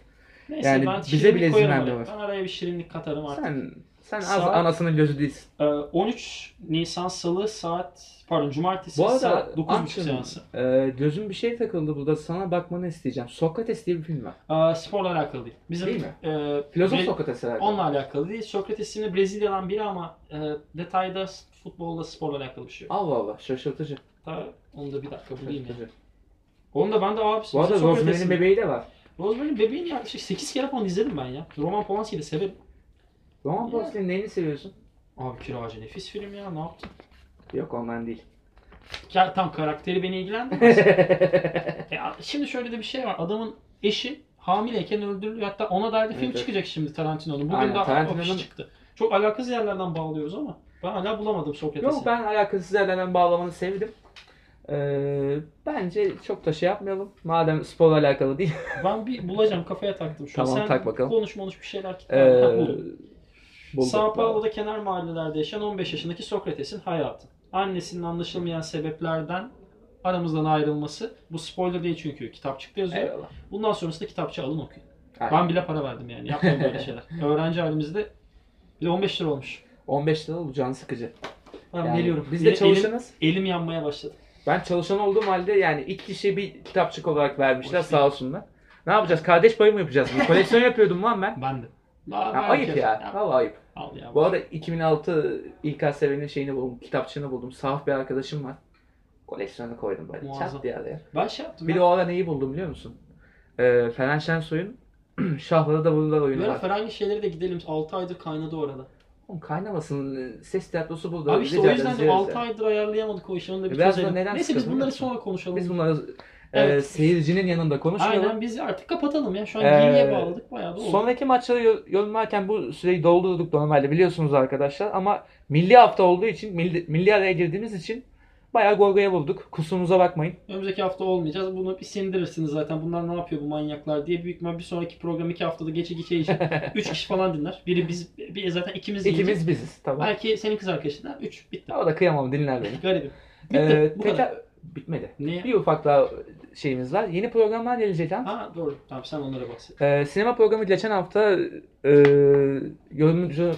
[SPEAKER 2] Neyse
[SPEAKER 1] Yani
[SPEAKER 2] ben
[SPEAKER 1] bize
[SPEAKER 2] şirinlik
[SPEAKER 1] bile izin
[SPEAKER 2] koyarım
[SPEAKER 1] vermiyorlar.
[SPEAKER 2] araya. Ben araya bir şirinlik katarım artık.
[SPEAKER 1] Sen sen az
[SPEAKER 2] Saat-
[SPEAKER 1] anasının gözü değilsin.
[SPEAKER 2] Ee, 13 Nisan Salı saat pardon cumartesi
[SPEAKER 1] Bu arada
[SPEAKER 2] saat 9.30 seansı.
[SPEAKER 1] e, gözüm bir şey takıldı burada. Sana bakmanı isteyeceğim. Sokrates diye bir film var.
[SPEAKER 2] Ee, sporla alakalı değil. Bizim
[SPEAKER 1] Değil mi?
[SPEAKER 2] e,
[SPEAKER 1] Filozof
[SPEAKER 2] Bre-
[SPEAKER 1] Sokrates herhalde.
[SPEAKER 2] Onunla alakalı değil. Sokrates yine Brezilya'dan biri ama e, detayda s- futbolla sporla alakalı bir şey yok.
[SPEAKER 1] Allah Allah şaşırtıcı.
[SPEAKER 2] Hatta onu da bir dakika bulayım ya.
[SPEAKER 1] şaşırtıcı.
[SPEAKER 2] Onu da ben de abi
[SPEAKER 1] Bu arada
[SPEAKER 2] Sokrates'in-
[SPEAKER 1] Rosemary'nin bebeği de var.
[SPEAKER 2] Rosemary'nin bebeğini yaklaşık 8 kere falan izledim ben ya. Roman Polanski'yi de severim.
[SPEAKER 1] Roman
[SPEAKER 2] Ya.
[SPEAKER 1] Polanski'nin neyini seviyorsun?
[SPEAKER 2] Abi Kiracı nefis film ya ne yaptın?
[SPEAKER 1] Yok ondan değil.
[SPEAKER 2] Ya, tam karakteri beni ilgilendirmez. Ya E, şimdi şöyle de bir şey var. Adamın eşi hamileyken öldürülüyor. Hatta ona dair de film
[SPEAKER 1] Evet.
[SPEAKER 2] çıkacak şimdi Tarantino'nun. Bugün
[SPEAKER 1] Aynen,
[SPEAKER 2] daha
[SPEAKER 1] Tarantino'nun-
[SPEAKER 2] afiş çıktı. Çok alakasız yerlerden bağlıyoruz ama ben hala bulamadım Sokrates'i.
[SPEAKER 1] Yok ben alakasız yerlerden bağlamanı sevdim. Ee, bence çok da şey yapmayalım. Madem sporla alakalı değil.
[SPEAKER 2] Ben bir bulacağım kafaya taktım şu an.
[SPEAKER 1] Tamam,
[SPEAKER 2] Sen
[SPEAKER 1] tak bakalım.
[SPEAKER 2] konuş monuş bir şeyler kitap.
[SPEAKER 1] Ee,
[SPEAKER 2] Ha, buldum.
[SPEAKER 1] bulduk.
[SPEAKER 2] Sao Paulo'da kenar mahallelerde yaşayan 15 yaşındaki Sokrates'in hayatı. Annesinin anlaşılmayan sebeplerden aramızdan ayrılması. Bu spoiler değil çünkü kitapçıkta yazıyor.
[SPEAKER 1] Eyvallah.
[SPEAKER 2] Bundan sonrasında kitapçı alın okuyun.
[SPEAKER 1] Aynen.
[SPEAKER 2] Ben bile para verdim yani. Yapmayın böyle şeyler. Öğrenci halimizde bir de 15 lira olmuş.
[SPEAKER 1] 15 lira bu can sıkıcı.
[SPEAKER 2] Ben
[SPEAKER 1] Yani
[SPEAKER 2] geliyorum.
[SPEAKER 1] Biz de
[SPEAKER 2] Ele- elim-
[SPEAKER 1] çalışanız.
[SPEAKER 2] Elim, yanmaya başladı.
[SPEAKER 1] Ben çalışan olduğum halde yani ilk kişiye bir kitapçık olarak vermişler
[SPEAKER 2] Hoş
[SPEAKER 1] sağ olsunlar. Ne yapacağız? Kardeş payı mı yapacağız? Bir koleksiyon yapıyordum lan ben.
[SPEAKER 2] Ben de.
[SPEAKER 1] Ya, ayıp ya. Vallahi ayıp.
[SPEAKER 2] Al ya.
[SPEAKER 1] Bu arada 2006 İKSV'nin şeyini buldum, kitapçığını buldum. Sahaf bir arkadaşım var. Koleksiyona koydum böyle.
[SPEAKER 2] Muazzam.
[SPEAKER 1] Çat diye araya.
[SPEAKER 2] Ben şey yaptım.
[SPEAKER 1] Bir de
[SPEAKER 2] ya.
[SPEAKER 1] o ara neyi buldum biliyor musun? Ee, Feren Şensoy'un Şahları da Vururlar
[SPEAKER 2] Bir
[SPEAKER 1] oyunu
[SPEAKER 2] ara
[SPEAKER 1] var.
[SPEAKER 2] Ferengi şeyleri de gidelim. 6 aydır kaynadı orada.
[SPEAKER 1] Oğlum kaynamasın. Ses tiyatrosu burada.
[SPEAKER 2] Abi işte
[SPEAKER 1] Rica
[SPEAKER 2] o
[SPEAKER 1] ederiz,
[SPEAKER 2] yüzden de
[SPEAKER 1] izleriz
[SPEAKER 2] 6
[SPEAKER 1] yani.
[SPEAKER 2] aydır ayarlayamadık o işi. Onu da bir
[SPEAKER 1] E, Biraz da
[SPEAKER 2] çözelim.
[SPEAKER 1] neden
[SPEAKER 2] Neyse biz
[SPEAKER 1] sıkıldım
[SPEAKER 2] bunları
[SPEAKER 1] ya?
[SPEAKER 2] sonra konuşalım.
[SPEAKER 1] Biz bunları e,
[SPEAKER 2] Evet.
[SPEAKER 1] seyircinin yanında konuşmayalım.
[SPEAKER 2] Aynen biz artık kapatalım ya. Şu an
[SPEAKER 1] Ee,
[SPEAKER 2] geriye bağladık bayağı da oldu.
[SPEAKER 1] Sonraki maçları yo- yorumlarken bu süreyi doldurduk normalde biliyorsunuz arkadaşlar ama milli hafta olduğu için milli, milli araya girdiğimiz için Bayağı gorgoya bulduk. Kusurumuza bakmayın.
[SPEAKER 2] Önümüzdeki hafta olmayacağız. Bunu bir sindirirsiniz zaten. Bunlar ne yapıyor bu manyaklar diye. Büyük ihtimal bir sonraki program iki haftada geçe geçe için. Üç kişi falan dinler. Biri biz, bir, zaten ikimiz dinleyeceğiz.
[SPEAKER 1] İkimiz biziz. Tamam.
[SPEAKER 2] Belki senin kız arkadaşın da. Üç. Bitti.
[SPEAKER 1] O da kıyamam dinler beni.
[SPEAKER 2] Garibim. Bitti.
[SPEAKER 1] Ee,
[SPEAKER 2] bu kadar.
[SPEAKER 1] tekrar- bitmedi.
[SPEAKER 2] Ne?
[SPEAKER 1] Bir ufak daha şeyimiz var. Yeni programlar gelecek ha.
[SPEAKER 2] Ha doğru. Tamam sen onlara bahset.
[SPEAKER 1] Ee, sinema programı geçen hafta e, yorumcu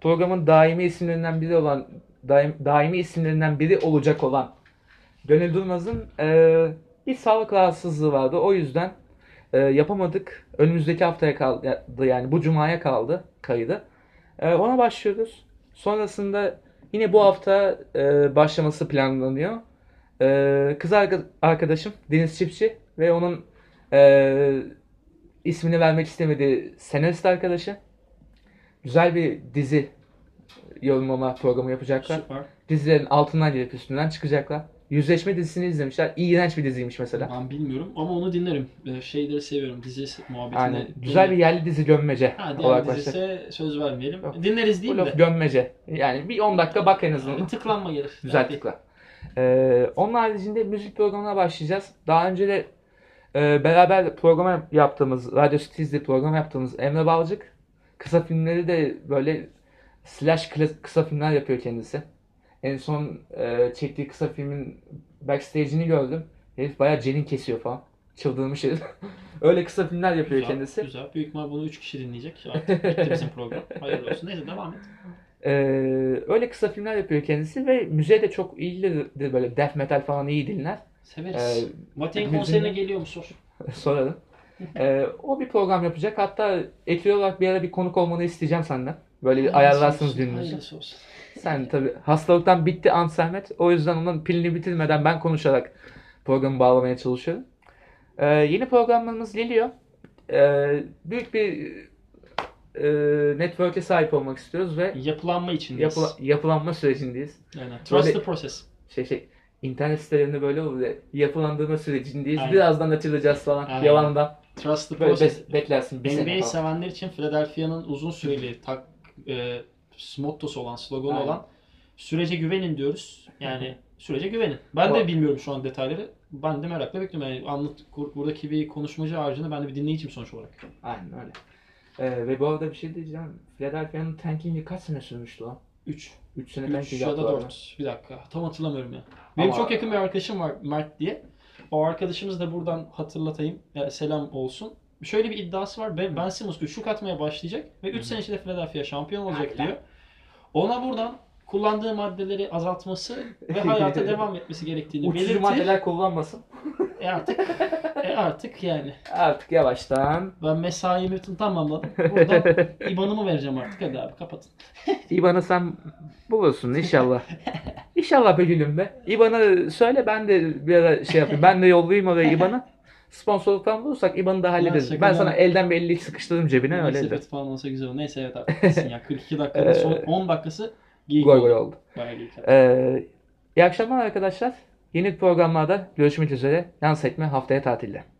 [SPEAKER 1] programın daimi isimlerinden biri olan daim, daimi isimlerinden biri olacak olan Gönül Durmaz'ın e, bir sağlık rahatsızlığı vardı. O yüzden e, yapamadık. Önümüzdeki haftaya kaldı yani bu cumaya kaldı kaydı. E, ona başlıyoruz. Sonrasında yine bu hafta e, başlaması planlanıyor. E, kız arka- arkadaşım Deniz Çiftçi ve onun e, ismini vermek istemediği senarist arkadaşı. Güzel bir dizi yorumlama programı yapacaklar.
[SPEAKER 2] Süper.
[SPEAKER 1] Dizilerin altından gelip üstünden çıkacaklar. Yüzleşme dizisini izlemişler. İğrenç bir diziymiş mesela.
[SPEAKER 2] Ben bilmiyorum ama onu dinlerim. Ee, Şeyleri seviyorum. Dizi se- muhabbetini.
[SPEAKER 1] Aynen. Güzel bir yerli dizi gömmece
[SPEAKER 2] e, Ha
[SPEAKER 1] olarak
[SPEAKER 2] diğer
[SPEAKER 1] başlar.
[SPEAKER 2] dizise söz vermeyelim.
[SPEAKER 1] Yok.
[SPEAKER 2] Dinleriz değil
[SPEAKER 1] Bu
[SPEAKER 2] mi?
[SPEAKER 1] laf gömmece. Yani bir 10 dakika bak en azından.
[SPEAKER 2] Tıklanma gelir.
[SPEAKER 1] Güzel
[SPEAKER 2] Yani
[SPEAKER 1] tıkla. Ee, onun haricinde müzik programına başlayacağız. Daha önce de e, beraber program yap- yaptığımız, Radyo Cities'de program yaptığımız Emre Balcık kısa filmleri de böyle slash kla- kısa filmler yapıyor kendisi. En son e, çektiği kısa filmin backstage'ini gördüm. Herif bayağı cenin kesiyor falan. Çıldırmış herif. Öyle kısa filmler yapıyor
[SPEAKER 2] Güzel,
[SPEAKER 1] kendisi.
[SPEAKER 2] Güzel. Büyük ihtimal bunu 3 kişi dinleyecek. Artık bitti bizim program. Hayırlı olsun. Neyse devam et.
[SPEAKER 1] Ee, öyle kısa filmler yapıyor kendisi ve müziğe de çok iyidir böyle death metal falan iyi dinler.
[SPEAKER 2] Severiz.
[SPEAKER 1] Ee,
[SPEAKER 2] Ee, Mate'nin
[SPEAKER 1] bizim-
[SPEAKER 2] konserine geliyor mu sor.
[SPEAKER 1] soralım. Ee, o bir program yapacak. Hatta ekli olarak bir ara bir konuk olmanı isteyeceğim senden. Böyle bir ayarlarsınız
[SPEAKER 2] Hayırlısı olsun,
[SPEAKER 1] gününüzü.
[SPEAKER 2] Hayırlısı olsun.
[SPEAKER 1] Sen tabii hastalıktan bitti an Samet. O yüzden onun pilini bitirmeden ben konuşarak programı bağlamaya çalışıyorum. Ee, yeni programlarımız geliyor. Ee, büyük bir e, network'e sahip olmak istiyoruz ve
[SPEAKER 2] Yapılanma içindeyiz.
[SPEAKER 1] yapıla- yapılanma sürecindeyiz.
[SPEAKER 2] Aynen. Trust
[SPEAKER 1] Böyle-
[SPEAKER 2] the process.
[SPEAKER 1] Şey şey internet sitelerinde böyle olur ya, yapılandırma sürecindeyiz.
[SPEAKER 2] Aynen.
[SPEAKER 1] Birazdan açılacağız falan.
[SPEAKER 2] Aynen.
[SPEAKER 1] Yalandan.
[SPEAKER 2] Trust the
[SPEAKER 1] Böyle
[SPEAKER 2] process.
[SPEAKER 1] be- beklersin. bir sene
[SPEAKER 2] NBA'yi
[SPEAKER 1] falan.
[SPEAKER 2] sevenler için Philadelphia'nın uzun süreli tak e, mottosu olan, sloganı
[SPEAKER 1] Aynen.
[SPEAKER 2] olan sürece güvenin diyoruz. Yani sürece güvenin. Ben
[SPEAKER 1] O-
[SPEAKER 2] de bilmiyorum şu an detayları. Ben de merakla bekliyorum. Yani anlat, kur- buradaki bir konuşmacı haricinde ben de bir dinleyiciyim sonuç olarak.
[SPEAKER 1] Aynen öyle. Ee, ve bu arada bir şey diyeceğim. Philadelphia'nın tankingi kaç sene sürmüştü lan?
[SPEAKER 2] 3.
[SPEAKER 1] 3 sene
[SPEAKER 2] 3
[SPEAKER 1] tanking
[SPEAKER 2] ya da
[SPEAKER 1] yaptılar. mı?
[SPEAKER 2] 4. Bir dakika. Tam hatırlamıyorum ya. Benim
[SPEAKER 1] Ama-
[SPEAKER 2] çok yakın bir arkadaşım var Mert diye. O arkadaşımız da buradan hatırlatayım. e, Selam olsun. Şöyle bir iddiası var. Ben, ben Simmons üçlük atmaya başlayacak ve
[SPEAKER 1] Hı
[SPEAKER 2] 3
[SPEAKER 1] hı.
[SPEAKER 2] sene içinde Philadelphia şampiyon olacak
[SPEAKER 1] Allah.
[SPEAKER 2] diyor. Ona buradan kullandığı maddeleri azaltması ve hayata devam etmesi gerektiğini
[SPEAKER 1] Uçucu
[SPEAKER 2] belirtir.
[SPEAKER 1] maddeler kullanmasın.
[SPEAKER 2] E artık, e artık yani.
[SPEAKER 1] Artık yavaştan.
[SPEAKER 2] Ben mesaimi tamamladım. Buradan ibanımı vereceğim artık. Hadi abi kapatın.
[SPEAKER 1] İban'ı sen bulursun inşallah. inşallah be gülüm be. İban'ı söyle ben de bir ara şey yapayım. Ben de yollayayım oraya İban'ı. Sponsorluktan bulursak İban'ı da hallederiz.
[SPEAKER 2] şaka
[SPEAKER 1] Ben
[SPEAKER 2] lan.
[SPEAKER 1] sana elden bir ellilik sıkıştırdım cebine
[SPEAKER 2] Neyse,
[SPEAKER 1] öyle de.
[SPEAKER 2] sepet falan olsa güzel olur. Neyse evet artık kesin ya. 42 dakikada son 10 dakikası geyik
[SPEAKER 1] Ee, Gol gol
[SPEAKER 2] oldu.
[SPEAKER 1] oldu.
[SPEAKER 2] Bayağı geyik. yaptı.
[SPEAKER 1] Ee, iyi akşamlar arkadaşlar. Yeni programlarda görüşmek üzere. Dans etme haftaya tatilde.